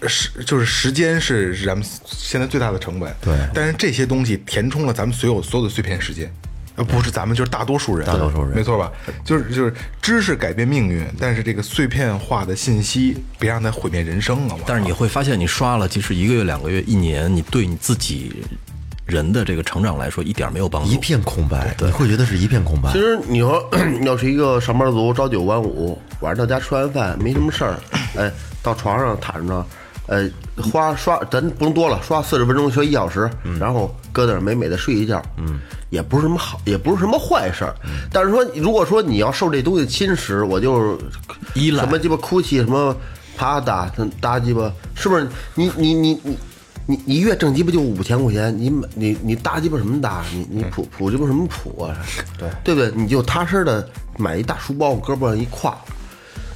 D: 时就是时间是咱们现在最大的成本。对，但是这些东西填充了咱们所有所有的碎片时间，呃，不是咱们就是大多数人，大
A: 多数人
D: 没错吧？就是就是知识改变命运，但是这个碎片化的信息别让它毁灭人生啊！
B: 但是你会发现，你刷了其实一个月、两个月、一年，你对你自己人的这个成长来说一点没有帮助。
A: 一片空白，你会觉得是一片空白
C: 其。实你说 你要是一个上班族，朝九晚五，晚上到家吃完饭没什么事儿，哎， 到床上躺着，呃，花刷咱不用多了，刷四十分钟，学一小时，
B: 嗯
C: 然后搁那儿美美的睡一觉，嗯，也不是什么好，也不是什么坏事儿。但是说，如果说你要受这东西侵蚀，我就是
B: 依赖
C: 什么鸡巴哭泣什么啪打打鸡巴，是不是？你你你你。你你月挣鸡巴就五千块钱，你买你你搭鸡巴什么搭？你
B: 嗯
C: 你普普鸡巴什么普啊？对对不对？你就踏实的买一大书包，往胳膊上一挎。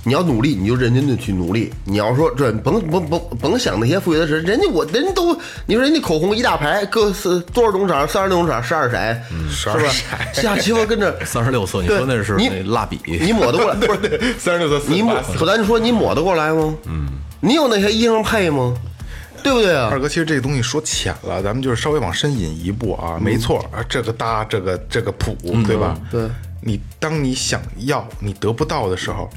C: 你要努力，你就认真的去努力。你要说这甭甭甭甭想那些富裕的事，人家我人家都你说人家口红一大排，各四多少种色儿，三十种色儿，十二色儿，是吧？下期我跟着
B: 三十六色， 你
C: 对
B: 说那是
C: 你
B: 那蜡笔，
C: 你抹得过来，不是
D: 三十六岁，
C: 你抹，咱就说你抹得过来吗？嗯，你有那些衣裳配吗？对不对啊？
D: 二哥，其实这个东西说浅了，咱们就是稍微往深引一步啊。没错啊，这个搭，这个这个谱，
B: 嗯
D: 对吧？
C: 对。
D: 你当你想要你得不到的时候，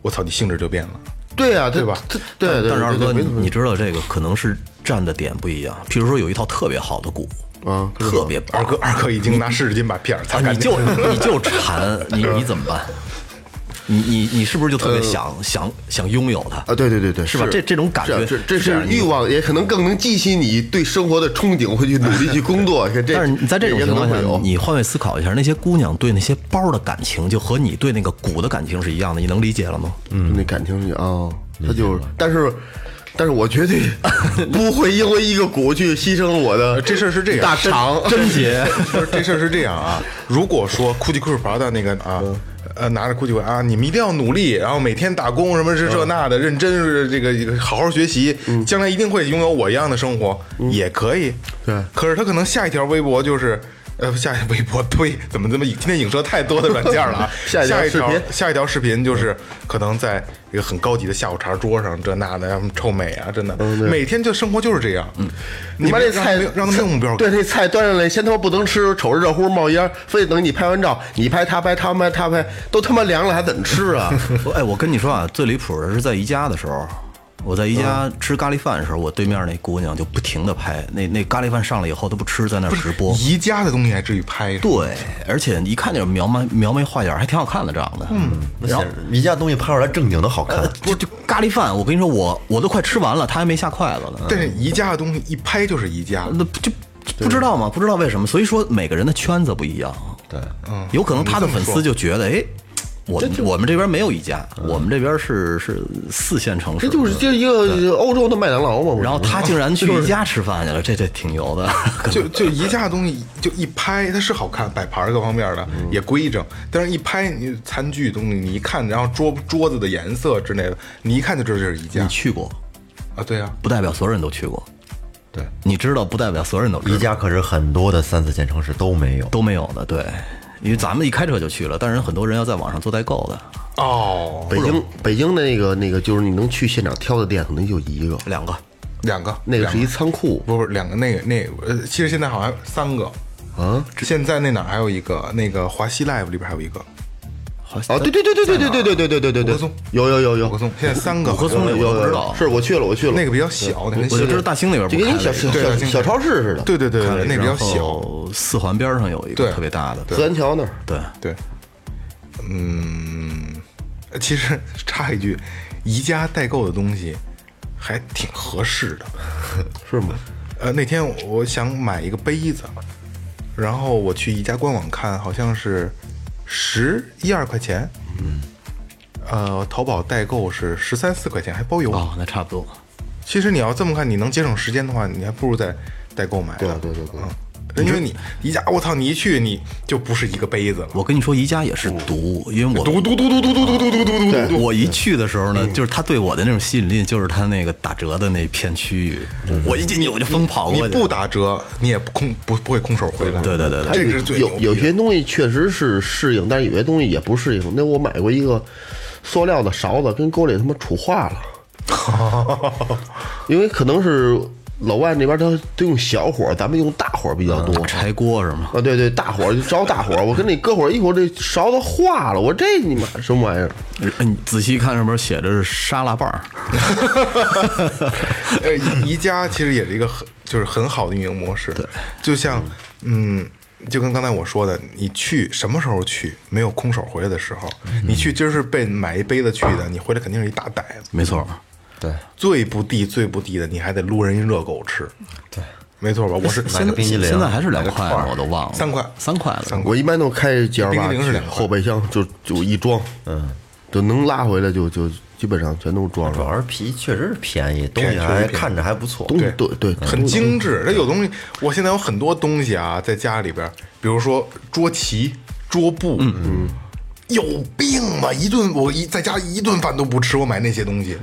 D: 我操，你性质就变了。
C: 对呀、啊，对
D: 对吧？
C: 他对对对，
B: 但是二哥，
C: 对
B: 你你知道这个可能是站的点不一样。譬如说有一套特别好的鼓，
C: 啊，
B: 特别棒
D: 二，哥，二哥已经拿湿纸巾把屁眼儿擦
B: 啊
D: 干
B: 你
D: 净
B: 就
D: 了。
B: 你就馋，你你怎么办？你你你是不是就特别想想想拥有它？
C: 呃啊，对对对对，
B: 是吧这这种感觉
C: 是这
B: 是这
C: 是
B: 样
C: 欲望，也可能更能激起你对生活的憧憬，会去努力去工 作。这
B: 但是你在这种
C: 也可
B: 情
C: 能
B: 况下
C: 会有，
B: 你换位思考一下，那些姑娘对那些包的感情，就和你对那个鼓的感情是一样的，你能理解了吗？
C: 嗯，那感情啊，哦他就是，但是。但是我绝 对不会因为一个股去牺牲我的
D: 呃这事儿是这样
C: 大肠，
B: 贞洁，
D: 不是这事儿是这样啊，如果说酷奇酷士袍的那个啊，
C: 嗯
D: 呃，拿着酷奇酷啊，你们一定要努力，然后每天打工，什么
C: 嗯
D: 是这那的，认真是这个这个好好学习，将来一定会拥有我一样的生活，也可以。
C: 嗯对
D: 可是他可能下一条微博就是。呃，下一条微博对，怎么这么今天影射太多的软件了啊！
C: 下一条
D: 下一
C: 视
D: 条
C: 频嗯
D: 下一条视频就是可能在一个很高级的下午茶桌上，这那的，让他们臭美啊，真的，
C: 嗯
D: 每天就生活就是这样。嗯，
C: 你把
D: 别
C: 这
D: 让
C: 菜
D: 他们让他们有目标感，
C: 对，这菜端上来，先他妈不能吃，瞅着热乎冒烟，非得等你拍完照，你拍他拍他拍他拍，都他妈凉了还怎么吃啊？
B: 哎，我跟你说啊，最离谱的是在宜家的时候，我在宜家吃咖喱饭的时候，我对面那姑娘就不停的拍，那那咖喱饭上来以后都不吃，在那儿直播。
D: 宜家的东西还至于拍？
B: 对，而且一看就是描眉描眉画眼，还挺好看的长得。嗯，然后
A: 宜家东西拍出来正经的好看，
B: 就就咖喱饭，我跟你说，我我都快吃完了，她还没下筷子呢。
D: 但是宜家的东西一拍就是宜家，
B: 那不就不知道吗？不知道为什么，所以说每个人的圈子不一样。对，有可能他的粉丝就觉得，哎，我们我们这边没有一家，我们这边是是四线城市，
C: 这就是就一个欧洲的麦当劳嘛。不是
B: 然后他竟然去宜家吃饭去了，这这挺牛的。
D: 就就宜家的东西就一拍，它是好看，摆盘儿各方面的也规整，但是一拍你餐具东西，你一看，然后桌桌子的颜色之类的，你一看就知道这是宜家
B: 你去过，
D: 啊，对啊，
B: 不代表所有人都去过。
A: 对，
B: 你知道，不代表所有人都知道
A: 宜家可是很多的三四线城市都没有。
B: 都没有的。对，因为咱们一开车就去了，但是很多人要在网上做代购的，
D: 哦，
C: 北京北京的那个那个就是你能去现场挑的店，可能就一个，
B: 两个
D: 两个，
C: 那个
D: 两
C: 是一仓库。
D: 不不两个那个那个呃，其实现在好像三个啊，现在那哪儿还有一个那个华西 live 里边还有一个
B: 好
C: 哦，对对对对对对对对对对对对
D: 五棵松
C: 有有有有
D: 五棵松，现在三个
B: 五棵松那
C: 有
B: 个我
C: 有
B: 不知
C: 有，
B: 道，
C: 是我去了我去了，
D: 那个比较小，那个
B: 我就知道大兴那边
C: 就
B: 不
C: 跟
B: 开
C: 一小
B: 了一
C: 小
B: 个
D: 对
C: 小
D: 大兴
C: 小超市似的，
D: 对对对对，那比较
B: 然
D: 小，
B: 后四环边上有一
D: 对
B: 个特别大的，
C: 紫安桥那儿。
B: 对
D: 对，嗯，呃其实 插一句，宜家代购的东西还挺合适的。
C: 是吗？
D: 呃，那天我想买一个杯子，然后我去宜家官网看，好像是十一二块钱。嗯。呃，淘宝代购是十三四块钱，还包邮。
B: 哦，那差不多。
D: 其实你要这么看，你能节省时间的话，你还不如在代购买。对啊对对对。嗯，因为你宜家，我操，你一去你就不是一个杯子了。
B: 我跟你说，宜家也
D: 嗯
B: 是毒，因为我
D: 嘟嘟嘟嘟嘟嘟嘟嘟嘟嘟嘟嘟。
B: 我一去的时
D: 嗯
B: 候呢，就是他对我的那种吸引力，就是他那个打折的那片区域，我一进去我就疯跑
D: 嗯你
B: 过去。
D: 不打折，你也不空不不会空手回来。
B: 对对对对
D: 这个是最牛
C: 有
D: 逼的
C: 有些东西确实是适应，但是有些东西也不适应。那我买过一个塑料的勺子，跟沟里他妈杵化了， 因为可能是老外那边他都用小火，咱们用大火比较多。
D: 嗯
B: 柴锅是吗？
C: 啊，对对，大火就着大火，我跟你搁会儿，一会儿这勺子化了，我这你妈什么玩意儿？
B: 哎你仔细看上面写着是沙拉棒儿，
D: 呃，宜宜家其实也是一个很就是很好的运营模式。对，就像嗯，就跟刚才我说的，你去什么时候去，没有空手回来的时候，你去今儿是被买一杯子去的，你回来肯定是一大袋子。
B: 没错。
A: 对，
D: 最不地最不地的，你还得撸人家热狗吃。对，没错吧？我是
A: 买个冰激凌
B: 现在还是两块
D: 块
B: 吗
D: 儿？
B: 我都忘了，
D: 三块
B: 三块了。
D: 三块
C: 我一般都开 G L
D: 冰
C: 八
D: 激凌是两块
C: 后备箱就就一装，嗯，就能拉回来就就基本上全都装
A: 主
C: 上，
A: 要是皮确实是便宜，东
D: 便宜
A: 西
D: 确实
A: 还
D: 便宜
A: 看着还不错。
C: 东西对对，
D: 很精致。它有东西，我现在有很多东西啊，在家里边儿，比如说桌旗、桌布，嗯嗯，有病吧？一顿我一在家一顿饭都不吃，我买那些东西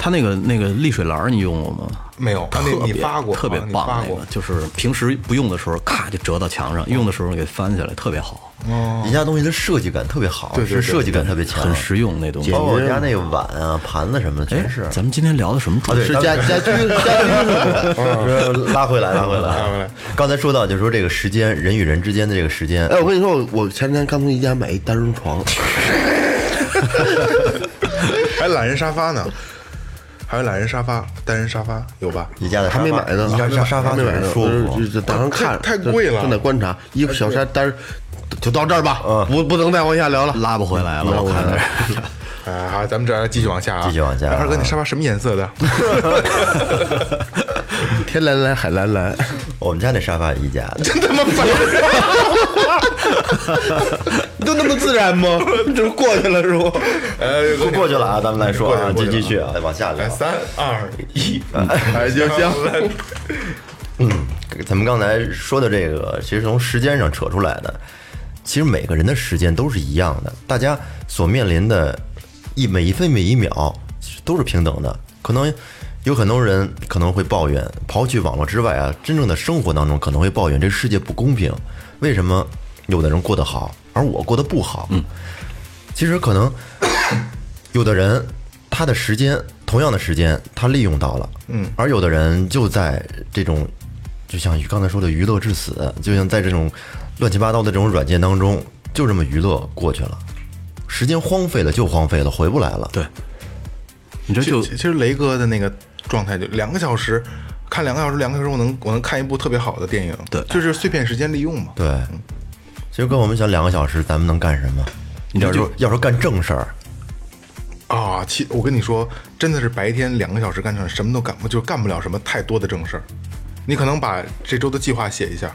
B: 他那个那个沥水篮儿你用过吗？
D: 没有？啊，那
B: 特
D: 你
B: 别
D: 发过？
B: 特别
D: 啊你
B: 棒
D: 发
B: 那
D: 过
B: 个，。就是平时不用的时候，咔就折到墙上，用的时候给翻起来，特别好，
D: 嗯
A: 宜家东西的设计感特别好，
D: 对对对
A: 是设计感特别强，
B: 很实用那东西。
A: 包括我家那个碗啊、盘子什么的，
B: 哎
A: 全是。，啊
B: 咱们今天聊的什
D: 啊
B: 么主题？
C: 是家家居家居
A: 嗯拉回来，拉回来，拉回来。刚才说到，就是说这个时间，人与人之间的这个时间，
C: 哎，我跟你说，我我前天刚从宜家买一单人床，
D: 还有懒人沙发呢，还有懒人沙发、单人沙发有吧？
A: 宜家的
C: 还没买呢，
A: 你
C: 还
A: 看
C: 没
A: 这沙发
C: 没买呢，
A: 舒
C: 我
A: 服
C: 就，就打算看，
D: 太太贵了
C: 正在观察。一个小山单人，就到这儿吧，不不能再往下聊了。
B: 拉不回来了，我看着。
D: 啊，好，咱们这继续往下啊，
A: 继续往下啊
D: 二哥，你沙发什么颜色的？
C: 天蓝蓝，海蓝蓝，
A: 我们家那沙发也宜家的，
D: 真他妈烦人！
C: 你都那么自然 吗？这过去了是不？
D: 呃，
A: 过过去了啊，咱们来说啊，
D: 过去
A: 继
D: 了
A: 继续啊，往下聊
D: 来。三二一，
C: 哎，就行。
A: 咱们刚才说的这个，其实从时间上扯出来的，其实每个人的时间都是一样的，大家所面临的一每一分每一秒都是平等的。可能有很多人可能会抱怨，刨去网络之外啊，真正的生活当中可能会抱怨这世界不公平，为什么有的人过得好，而我过得不好？嗯，其实可能 有的人他的时间，同样的时间，他利用到了，嗯，而有的人就在这种，就像刚才说的娱乐至死，就像在这种乱七八糟的这种软件当中，就这么娱乐过去了，时间荒废了就荒废了，回不来了。
B: 对，你这 就
D: 其其实雷哥的那个状态就两个小时，看两个小时，两个小时我能我能看一部特别好的电影，
B: 对
D: 就是碎片时间利用嘛。
A: 对，其实跟我们想两个小时，咱们能干什么？
B: 你
A: 要
B: 这就
A: 说要说干正事儿，
D: 啊，其我跟你说，真的是白天两个小时干成什么都干不，就干不了什么太多的正事儿。你可能把这周的计划写一下，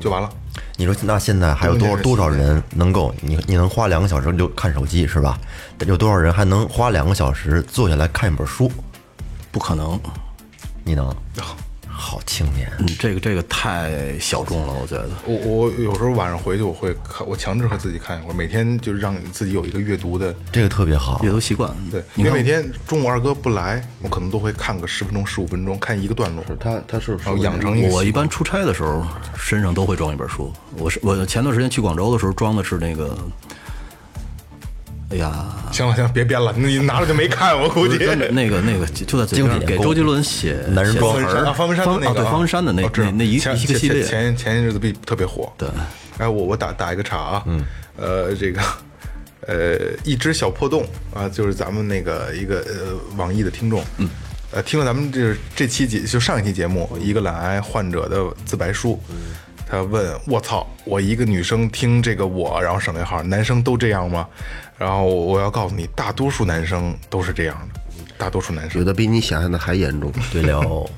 D: 就完了。
A: 你说那现在还有多少多少人能够你你能花两个小时就看手机是吧？有多少人还能花两个小时坐下来看一本书？
B: 不可能，
A: 你能？
C: 哦
A: 好青年，
B: 你嗯这个这个太小众了，我觉得。
D: 我我有时候晚上回去我会看，我强制和自己看一会儿，每天就是让自己有一个阅读的。
A: 这个特别好
B: 阅。读习惯，
D: 对，
B: 你
D: 因为每
B: 看
D: 天中午二哥不来，我可能都会看个十分钟、十五分钟，看一个段落，
C: 他他是不是
D: 然后哦养成一个习惯。
B: 我一般出差的时候身上都会装一本书。我是我前段时间去广州的时候装的是那个，哎呀，
D: 行了行了，别编了，你拿着就没看，我估计。
B: 那个那个就就在嘴边
A: 经典
B: 给
A: 功
B: 周杰伦写
A: 男人
B: 写
A: 装
B: 词
D: 方文
B: 儿
D: 山啊，方文山的那
B: 啊
D: 个，
B: 对方文山的那
D: 我知道
B: 那那一一
D: 前
B: 个
D: 前
B: 系列，
D: 前前些日子必特别火。
B: 对，
D: 哎，我我打打一个岔啊，嗯，呃，这个。呃，一只小破洞啊，就是咱们那个一个呃网易的听众，嗯，
B: 嗯
D: 呃，听了咱们这这期节就上一期节目一个懒癌患者的自白书，他问我操，我一个女生听这个我，然后省略号，男生都这样吗？然后我要告诉你，大多数男生都是这样的，大多数男
C: 有
D: 生
C: 的比你想象的还严重。
A: 对了，哦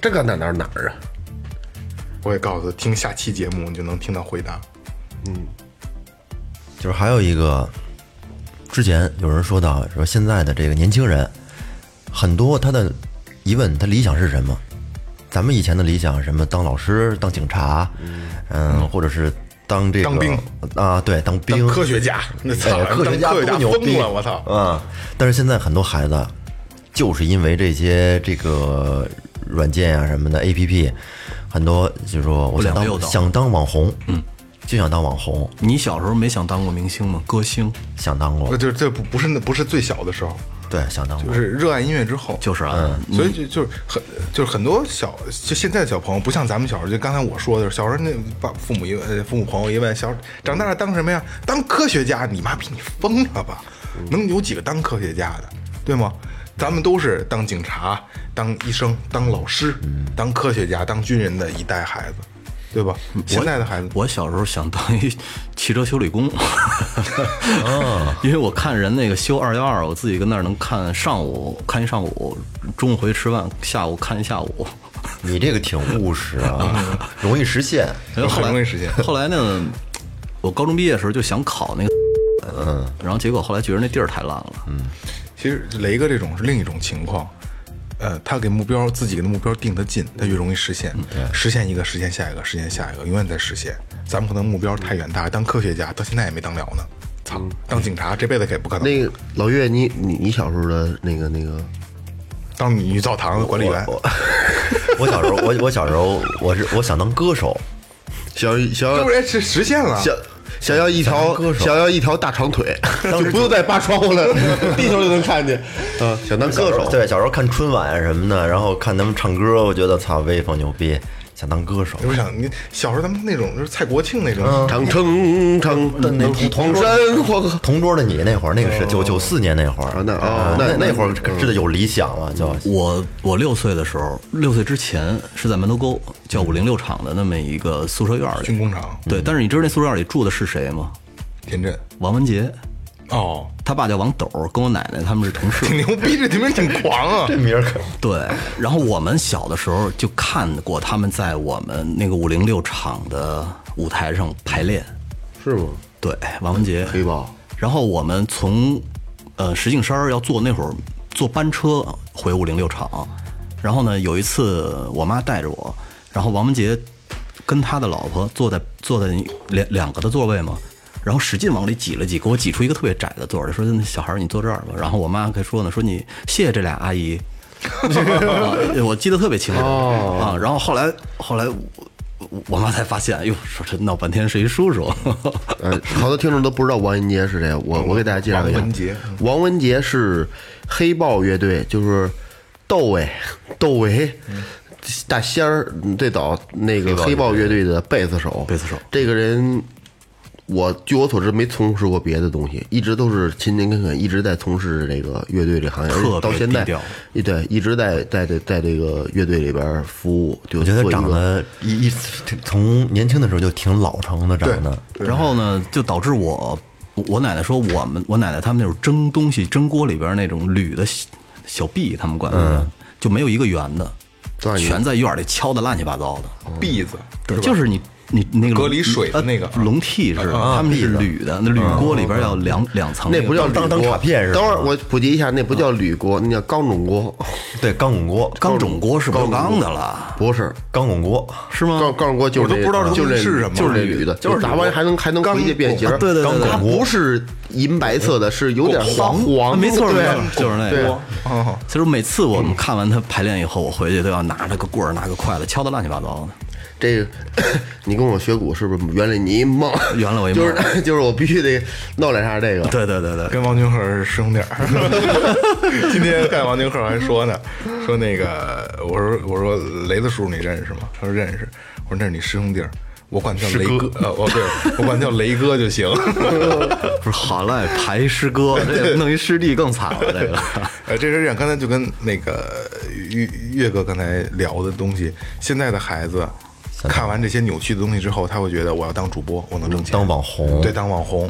C: 这个哪哪哪儿啊？
D: 我也告诉他，听下期节目你就能听到回答。
A: 就是还有一个，之前有人说到说现在的这个年轻人，很多他的疑问，他理想是什么？咱们以前的理想什么？当老师、当警察，嗯，或者是当这个
D: 当兵
A: 啊，对，当兵
D: 当科学家， 那操，
A: 哎
D: 当
A: 科学家
D: 科学家
A: 多牛逼
D: 疯了，我操！
A: 啊！但是现在很多孩子就是因为这些这个软件啊什么的 A P P，很多就说我想
B: 不良诱
A: 当
B: 导
A: 想当网红，嗯，就想当网红，
B: 你小时候没想当过明星吗？歌星
A: 想当过
D: 呃，，就这不不是那不是最小的时候，
A: 对，想当
D: 就
A: 过，
D: 是热爱音乐之后，
B: 就是
A: 嗯
B: 啊，
D: 所以就就是很就是很多小就现在的小朋友不像咱们小时候，就刚才我说的，小时候那爸父母一问，呃父母朋友一问，小长大了当什么呀？当科学家？你妈逼你疯了吧？
B: 嗯
D: 能有几个当科学家的，对吗？咱们都是当警察、当医生、当老师、
B: 嗯
D: 当科学家、当军人的一代孩子，对吧？现在的孩子，
B: 我小时候想当一汽车修理工， 因为我看人那个修二幺二，我自己跟那儿能看上午看一上午，中午回去吃饭，下午看一下午。
A: 你这个挺务实
C: 嗯
A: 啊，容易实现。
B: 然后后
D: 很容易
B: 来
D: 实现
B: 后来呢，我高中毕业的时候就想考那个，嗯，然后结果后来觉得那地儿太烂了，
D: 其实雷哥这种是另一种情况，呃，他给目标自己的目标定得近，他越容易实现，实现一个，实现下一个，实现下一个，永远在实现。咱们可能目标太远大，当科学家到现在也没当了呢，操，当警察这辈子可也不可能，
C: 那个老岳，你你你小时候的那个那个，
D: 当女澡堂的管理员，
A: 我小时候，我我小时候，我是我想当歌手，
C: 想想
D: 当然是哎实现了。
C: 想想要一条
A: 歌手
C: 想要一条大长腿，就不用再扒窗户了，地头就能看见。啊，想当歌手，
A: 对，小时候看春晚啊什么的，然后看他们唱歌，我觉得操，威风牛逼，想当歌手。
D: 我想你小时候咱们那种就是蔡国庆那种，
C: 长城长
A: 那
C: 黄山黄河。
A: 同桌的你那会儿，那个是九九四年那会儿
C: 哦啊，那
A: 啊
C: 哦那
A: 那那会儿可真的有理想了，就
B: 我我六岁的时候，六岁之前是在门头沟叫五零六厂的那么一个宿舍院儿
D: 军
B: 里。
D: 工厂
B: 对，但是你知道那宿舍院里住的是谁吗？
D: 田震，
B: 王文杰，
D: 哦，
B: 他爸叫王斗，跟我奶奶他们是同事。
D: 挺牛逼，这名挺狂啊，
A: 名儿可
B: 对，然后我们小的时候就看过他们在我们那个五零六厂的舞台上排练。
C: 是吗？
B: 对，王文杰
C: 黑豹。
B: 然后我们从呃石景山儿要坐那会儿坐班车回五零六厂，然后呢有一次我妈带着我，然后王文杰跟他的老婆坐在坐在两两个的座位嘛。然后使劲往里挤了挤，给我挤出一个特别窄的座儿来，说：“那小孩儿，你坐这儿吧。”然后我妈还说呢：“说你谢谢这俩阿姨。 啊”我记得特别清楚、啊。然后后来后来我我我妈才发现，哟，说这闹半天是一叔叔。
C: 呃，好多听众都不知道王文杰是谁，我我给大家介绍一下。
D: 王文杰嗯
C: 王文杰是黑豹乐队，就是窦唯，窦唯，大仙儿嗯最早那个黑豹乐队的贝斯手，
B: 贝斯手
C: 这个人。我据我所知没从事过别的东西，一直都是勤勤恳恳，一直在从事这个乐队这行业，
B: 特别
C: 到现在
B: 低调，
C: 一对，一直在在在在这个乐队里边服务。就
A: 我觉得
C: 做一
A: 长
C: 个
A: 得一一从年轻的时候就挺老成的，长得
B: 然后呢，就导致我我奶奶说我们我奶奶他们那种蒸东西蒸锅里边那种铝的小小臂，他们管那个、
C: 嗯
B: 就没有一个圆的，
C: 对
B: 全在院里敲的乱七八糟的，
C: 哦
D: 篦子，
B: 对，就是你。你那个
D: 隔
B: 笼
D: 离水的
B: 呃
D: 那个啊
B: 笼屉似的，他们是铝的，那铝锅里边要两两层个，
C: 哦那不叫
A: 当当
C: 铝锅
A: 卡片是吧
C: 等会儿我普及一下，那不叫铝锅，那叫钢种锅。
A: 对钢拱锅，
B: 钢种锅是不钢的了，
C: 不是，
A: 钢拱锅
B: 是吗？
C: 钢钢种锅就是
D: 我都不知道这
C: 就
D: 东
C: 这
D: 西是什么
C: 就是这铝的，
D: 就是铝
C: 砸完还能还能回去变形。
B: 啊对对对对
C: 它不是银白色的，是有点
B: 黄啊
C: 黄，
B: 没错没
C: 对
B: 错，就是那
C: 对
B: 个。
D: 哦，
B: 其实每次我们看完他排练以后，我回去都要拿着个棍儿，拿个筷子敲的乱七八糟的。
C: 这个， 你跟我学鼓是不是圆了你一梦？
B: 圆了我一梦
C: 就是 就是我必须得弄两下这个。
B: 对对对对，
D: 跟王军鹤是师兄弟儿。今天看王军鹤还说呢，说那个我说我说雷子叔你认识吗？他说认识。我说那是你师兄弟儿，我管他叫雷哥，呃，哦对，我管他叫雷哥就行。
B: 不是好赖排一师 哥，这弄一师弟更惨了。这个
D: 呃，这是这样，刚才就跟那个岳岳哥刚才聊的东西，现在的孩子
A: 三百
D: 看完这些扭曲的东西之后，他会觉得我要当主播，我能挣钱，
A: 当网红嗯
D: 对，当网红。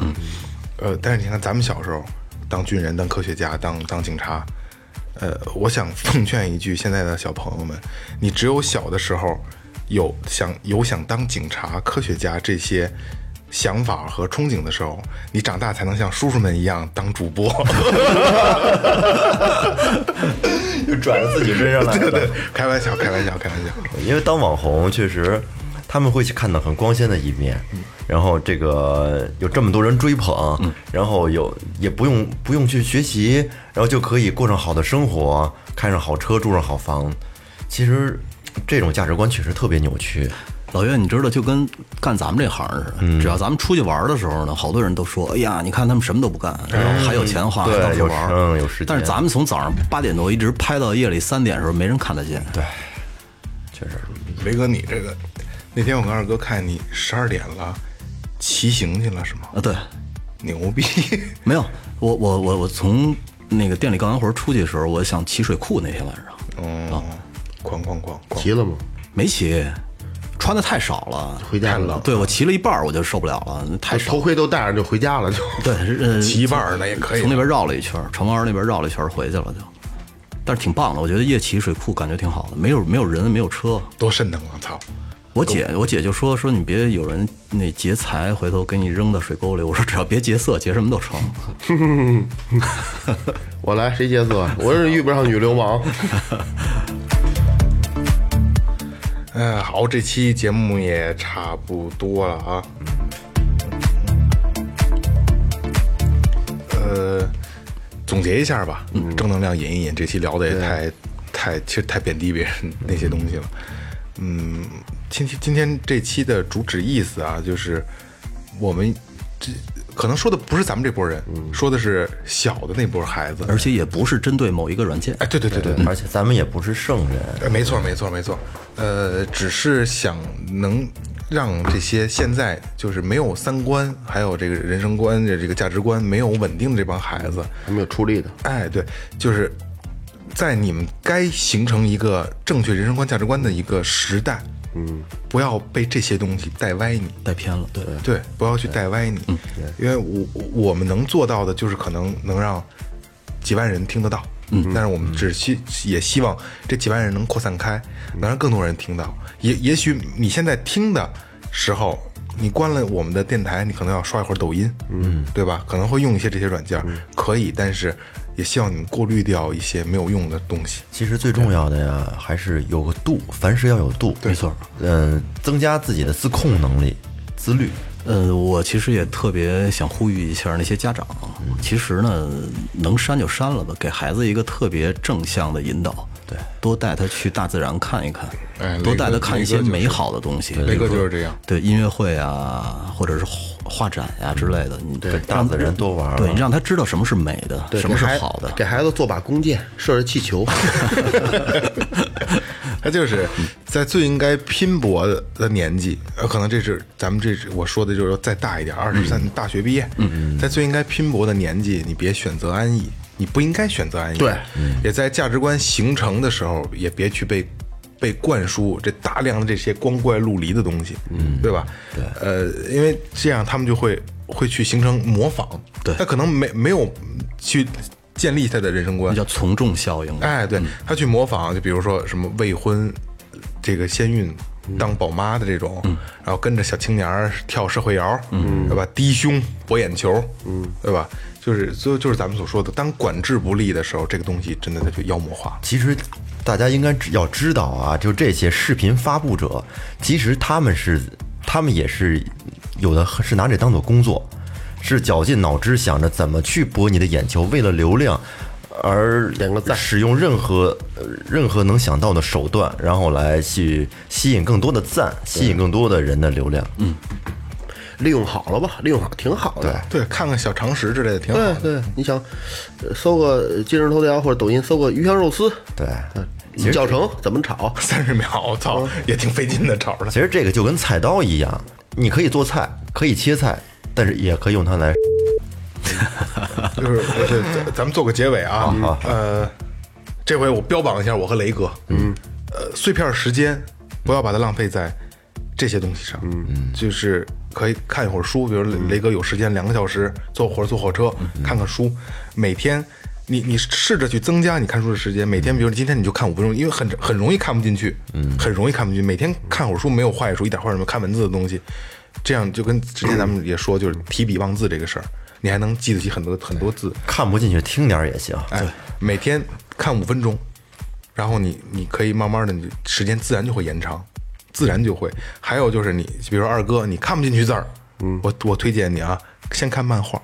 D: 呃，但是你看咱们小时候，当军人、当科学家、当当警察，呃，我想奉劝一句现在的小朋友们，你只有小的时候有想有想当警察、科学家这些。想法和憧憬的时候，你长大才能像叔叔们一样当主播。
A: 就转到自己身上 来
D: 对
A: 了。
D: 对，开玩笑，开玩笑，开玩笑。
A: 因为当网红确实，他们会去看到很光鲜的一面，然后这个有这么多人追捧，然后有也不用不用去学习，然后就可以过上好的生活，开上好车，住上好房。其实这种价值观确实特别扭曲。
B: 老岳，你知道，就跟干咱们这行似的，只要咱们出去玩的时候呢，好多人都说：“哎呀，你看他们什么都不干，然后还有钱花，
A: 对
B: 到处玩
A: 有时嗯有时间
B: 但是咱们从早上八点多一直拍到夜里三点的时候，没人看得见。对，
D: 雷哥，你这个那天我跟二哥看你十二点了，骑行去了是吗？
B: 啊，对，
D: 牛逼！
B: 没有，我我我我从那个店里干完活出去的时候，我想骑水库那天晚上，
D: 嗯，哐哐哐哐！
C: 骑了吗？
B: 没骑，穿的太少了，
C: 回家了，
B: 对我骑了一半儿我就受不了了，太少
C: 头。盔都戴上就回家了，就
B: 对，呃，
D: 骑一半儿那也可以
B: 从那边绕了一圈儿，城湾那边绕了一圈儿回去了就。但是挺棒的，我觉得夜骑水库感觉挺好的，没有没有人，没有车。
D: 多瘆得慌，操！
B: 我姐我姐就说说你别有人那劫财，回头给你扔到水沟里。我说只要别劫色，劫什么都成。
C: 我来谁劫色？我是遇不上女流氓。
D: 哎呀，好，这期节目也差不多了啊。呃，总结一下吧，正能量引一引，这期聊的也太太其实太贬低别人那些东西了。嗯，今天今天这期的主旨意思啊，就是我们这可能说的不是咱们这波人，说的是小的那波孩子，
B: 而且也不是针对某一个软件，
D: 哎，对对对对，
A: 而且咱们也不是圣人，
D: 呃，没错，没错，没错。呃，只是想能让这些现在就是没有三观，还有这个人生观的这个价值观没有稳定的这帮孩子，
C: 还没有出力的，
D: 哎，对，就是在你们该形成一个正确人生观、价值观的一个时代，嗯，不要被这些东西带歪你。
B: 带偏了。对，
D: 对，嗯不要去带歪你，因为我我们能做到的就是可能能让几万人听得到，嗯，但是我们只希也希望这几万人能扩散开，能让更多人听到。也也许你现在听的时候，你关了我们的电台，你可能要刷一会儿抖音，嗯，对吧？可能会用一些这些软件，可以，但是也希望你们过滤掉一些没有用的东西。
A: 其实最重要的呀，还是有个度，凡事要有度。
D: 没错。
A: 嗯，增加自己的自控能力、自律。
C: 嗯
B: 呃，我其实也特别想呼吁一下那些家长，其实呢，能删就删了吧，给孩子一个特别正向的引导，对，多带他去大自然看一看，
D: 哎
B: 多
D: 雷哥
B: 带他看一
D: 雷哥
B: 些
D: 就是
B: 美好的东西。
D: 雷哥
B: 比
D: 就
B: 如
D: 是
B: 说
D: 这样，
B: 对音乐会啊，或者是画画展呀、之类的，你对
A: 大自然多玩啊玩
B: 对你让他知道什么是美的，
C: 对
B: 什么
C: 给
B: 是
C: 孩
B: 好的。
C: 给孩子做把弓箭，射射气球。
D: 他就是在最应该拼搏的年纪，呃，可能这是咱们这是我说的，就是说再大一点，二十三大学毕业，在最应该拼搏的年纪，你别选择安逸，你不应该选择安逸，嗯
C: 对，
D: 也在价值观形成的时候，也别去被被灌输这大量的这些光怪陆离的东西，嗯，对吧？对，呃，因为这样他们就会会去形成模仿，
B: 对
D: 他可能没没有去建立他的人生观，
B: 那叫从众效应，
D: 哎，对他去模仿，就比如说什么未婚这个先孕当宝妈的这种，然后跟着小青年儿跳社会摇，嗯，对吧？低胸博眼球，嗯，对吧？就是就就是咱们所说的，当管制不力的时候，这个东西真的它就妖魔化了。
A: 其实大家应该知要知道啊，就这些视频发布者，其实他们是他们也是有的是拿这当做工作，是绞尽脑汁想着怎么去博你的眼球，为了流量而
C: 点个赞
A: 使用任何呃任何能想到的手段，然后来去吸引更多的赞，吸引更多的人的流量。嗯，
C: 利用好了吧，利用好挺好的。
D: 对，看看小常识之类的挺好
C: 对
D: 的。
C: 对，你想呃搜个今日头条或者抖音搜个鱼香肉丝，
A: 对。
C: 嗯，教程怎么炒？
D: 三十秒，我操，也挺费劲的，吵 着。
A: 其实这个就跟菜刀一样，你可以做菜，可以切菜，但是也可以用它来
D: 就是我这咱咱们做个结尾啊，呃，这回我标榜一下我和雷哥，嗯，呃，碎片时间不要把它浪费在这些东西上，嗯，就是可以看一会儿书，比如雷雷哥有时间两个小时坐火坐火车看看书，每天。你你试着去增加你看书的时间，每天，比如你今天你就看五分钟，因为很很容易看不进去，嗯，很容易看不进去。每天看会儿书没有坏处，一点坏处没有，看文字的东西，这样就跟之前咱们也说，就是提笔忘字这个事儿，你还能记得起很多很多字。
A: 看不进去听点儿也行。
D: 哎，每天看五分钟，然后你你可以慢慢的，你时间自然就会延长，自然就会。还有就是你，比如说二哥，你看不进去字儿，嗯，我我推荐你啊，先看漫画，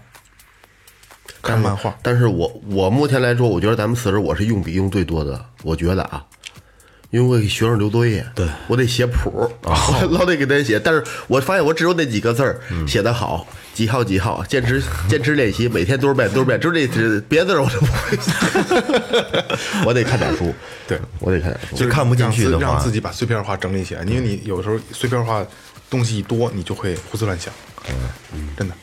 D: 看漫画，
C: 但是我我目前来说，我觉得咱们四十我是用笔用最多的，我觉得啊，因为我给学生留作业，对哦我得写谱， 我老得给他写。但是我发现我只有那几个字儿写得好，几号几号，坚持坚持练习，每天多少遍多少遍，就这这别的字儿我都不会 写，我得看点书，
D: 对
C: 我得看点书。
A: 就看不进去的
D: 让自
A: 话
D: 让自己把碎片化整理起来，因为你有时候碎片化东西一多，你就会胡思乱想，嗯，真的，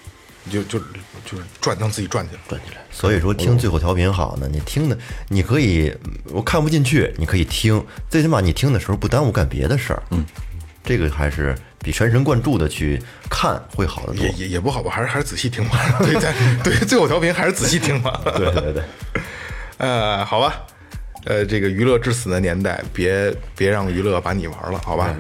D: 你就就就是转让自己转起来，转起来，
A: 所以说听最后调频好呢，你听的你可以，嗯我看不进去，你可以听，最起码你听的时候不耽误干别的事儿。嗯，这个还是比全神贯注的去看会好得多
D: 也。也也不好吧，还是还是仔细听吧，对在对最后调频还是仔细听吧，
A: 对对 对，
D: 呃，好吧，呃，这个娱乐至死的年代，别别让娱乐把你玩了，好吧？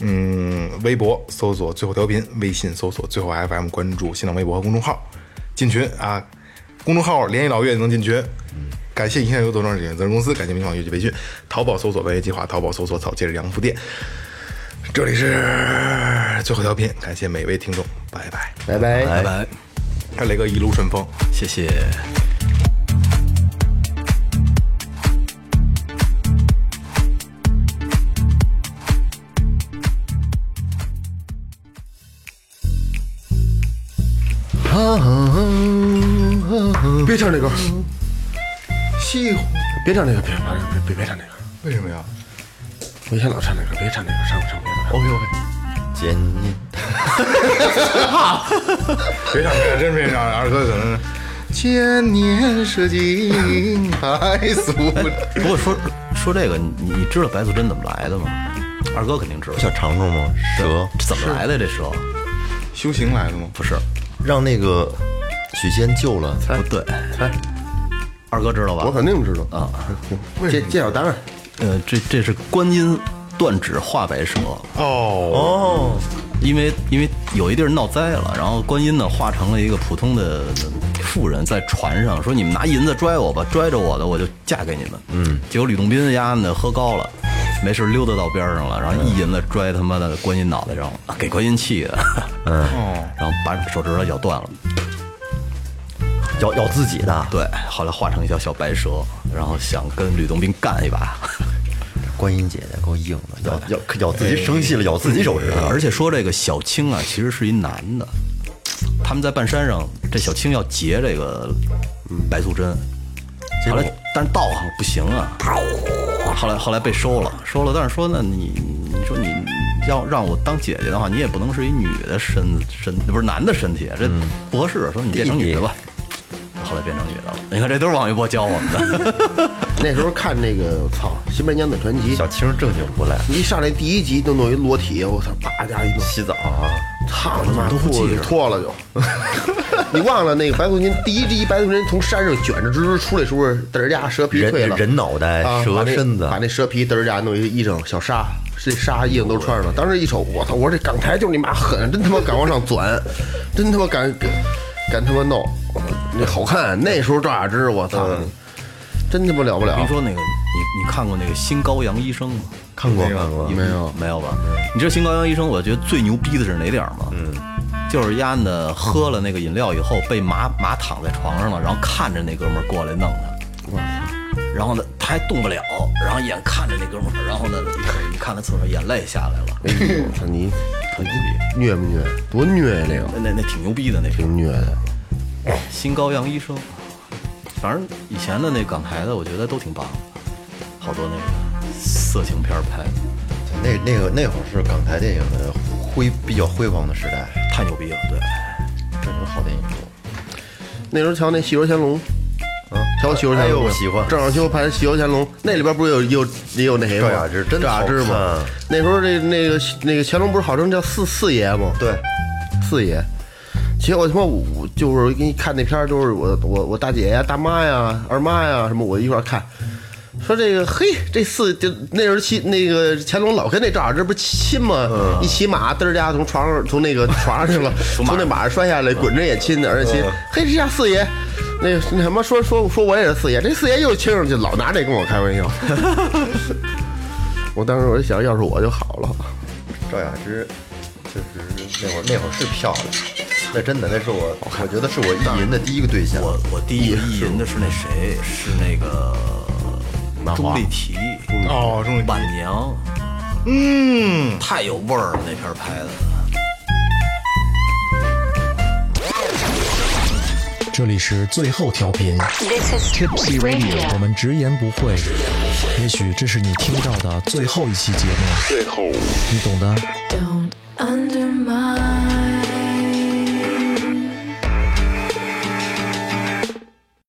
D: 嗯微博搜索最后调频，微信搜索最后 FM，关注新浪微博和公众号，进群啊，公众号联系老岳就能进群。感谢银象有多装饰有限责任公司，感谢明网乐器培训，淘宝搜索“文乐计划”，淘宝搜索“草戒指洋服店”。这里是最后调频，感谢每位听众，拜拜。
C: 拜拜。
B: 拜拜，
D: 看雷哥一路顺风。
B: 谢谢。
C: 别唱这歌，西湖，别唱这个，别别别别唱这个，
D: 为什么呀？
C: 我以前老唱这个，别唱这个，唱不唱别的。
D: OK OK，
A: 见你
D: 别唱，别唱，真别唱，二哥可能。千年是金白素贞。
B: 不过说说这个，你你知道白素贞怎么来的吗？二哥肯定知道
A: 小，长虫吗？蛇
B: 这怎么来的这蛇？
D: 修行来的吗？不是，
A: 让那个许仙救了，
B: 不对，二哥知道吧？
C: 我肯定知道
B: 啊。
C: 揭揭晓答案，
B: 呃，这这是观音断指化白蛇，
D: 哦，
B: 因为因为有一地儿闹灾了，然后观音呢化成了一个普通的妇人，在船上说：“你们拿银子拽我吧，拽着我的我就嫁给你们。”嗯，结果吕洞宾丫呢喝高了。没事，溜达到边上了，然后一银子拽他妈的观音脑袋上了，给观音气的，嗯，
D: 哦
B: 然后把手指头咬断了，
A: 咬咬自己的。
B: 对，后来化成一条小白蛇，然后想跟吕洞宾干一把，
A: 观音姐姐够硬的，咬咬咬
C: 哦
A: 自己生气了，咬自己手指头。
B: 啊而且说这个小青啊，其实是一男的，他们在半山上，这小青要劫这个白素贞，后来但是道行不行啊，后来后来被收了，收了，但是说呢，你你说你要让我当姐姐的话，你也不能是一女的身身，不是男的身体，啊这不合适，说你变成女的吧。后来变成女的了，你看这都是王一博教我们的。
C: 那时候看那个我操《新白娘子传奇》，
A: 小青正经不赖，
C: 一上来第一集就弄一裸体，我操，叭家一弄，
A: 洗澡啊，
C: 操他妈，裤子脱了就。你忘了那个白素贞第一集白素贞从山上卷着吱吱出来时候，嘚儿家蛇皮
A: 人
C: 退了，
A: 人脑袋
C: 啊把
A: 蛇
C: 那
A: 身子
C: 把那蛇皮嘚儿家弄一衣裳小纱，这纱衣裳都穿上了。当时一瞅，我操，我说这港台就是你妈狠，真他妈敢往上钻，真他妈敢敢敢他妈弄，那好看。那时候赵雅芝，我操，真他妈了不了
B: 我跟你。说那个，你你看过那个《新高阳医生》吗？
A: 看过看过，
C: 没有，
B: 没有吧？你知道新高阳医生，我觉得最牛逼的是哪点儿吗？嗯，就是丫呢喝了那个饮料以后被麻麻躺在床上了，然后看着那哥们儿过来弄他，然后呢他还动不了，然后眼看着那哥们儿，然后呢你看他厕所眼泪下来了，
C: 哎呦，我操你，你虐不虐？多虐呀！那个
B: 那那那挺牛逼的那是
C: 挺虐的。
B: 新高阳医生，反正以前的那港台的我觉得都挺棒的，好多那个色情片儿拍的
A: 那那个那会儿是港台电影的辉比较辉煌的时代，
B: 太牛逼了，对。
A: 这种好电影多。
C: 那时候瞧那《戏说乾隆》，啊，小许游乾
A: 哎
C: 隆
A: 呦，喜欢
C: 郑少秋拍《喜游乾隆》，那里边不是有有也有那谁吗？
A: 赵雅芝真
C: 赵雅芝
A: 好看
C: 吗
A: 啊？
C: 那时候这那个那个乾隆不是号称叫四四爷吗？对，四爷。结果他妈我就是给你看那片儿，就是我我我大姐呀、大妈呀、二妈呀什么，我一块儿看。说这个嘿，这四就那时候七那个乾隆老跟那赵雅芝不亲吗？
A: 嗯
C: 一骑马嘚儿家从床上从那个床上去 了，从那马上摔下来，滚着也亲的，而且亲。
A: 嗯
C: 嘿，这家四爷，那那什么说说说我也是四爷，这四爷又亲上去，老拿这跟我开玩笑。 我当时我就想，要是我就好了。
A: 赵雅芝，就是那会儿那会儿是漂亮，那真的那是我，我觉得是我意淫的第一个对象。
B: 我我第一个意淫的是那谁，是那个钟丽缇，
D: 哦钟丽缇
B: 晚娘，嗯，太有味儿了，那片儿拍的。
E: 这里是最后调频
F: This is
E: Tipsy Radio，我
F: Radio.
E: 们直言不讳，也许这是你听到的最后一期节目，最后，你懂的。
G: Don't undermine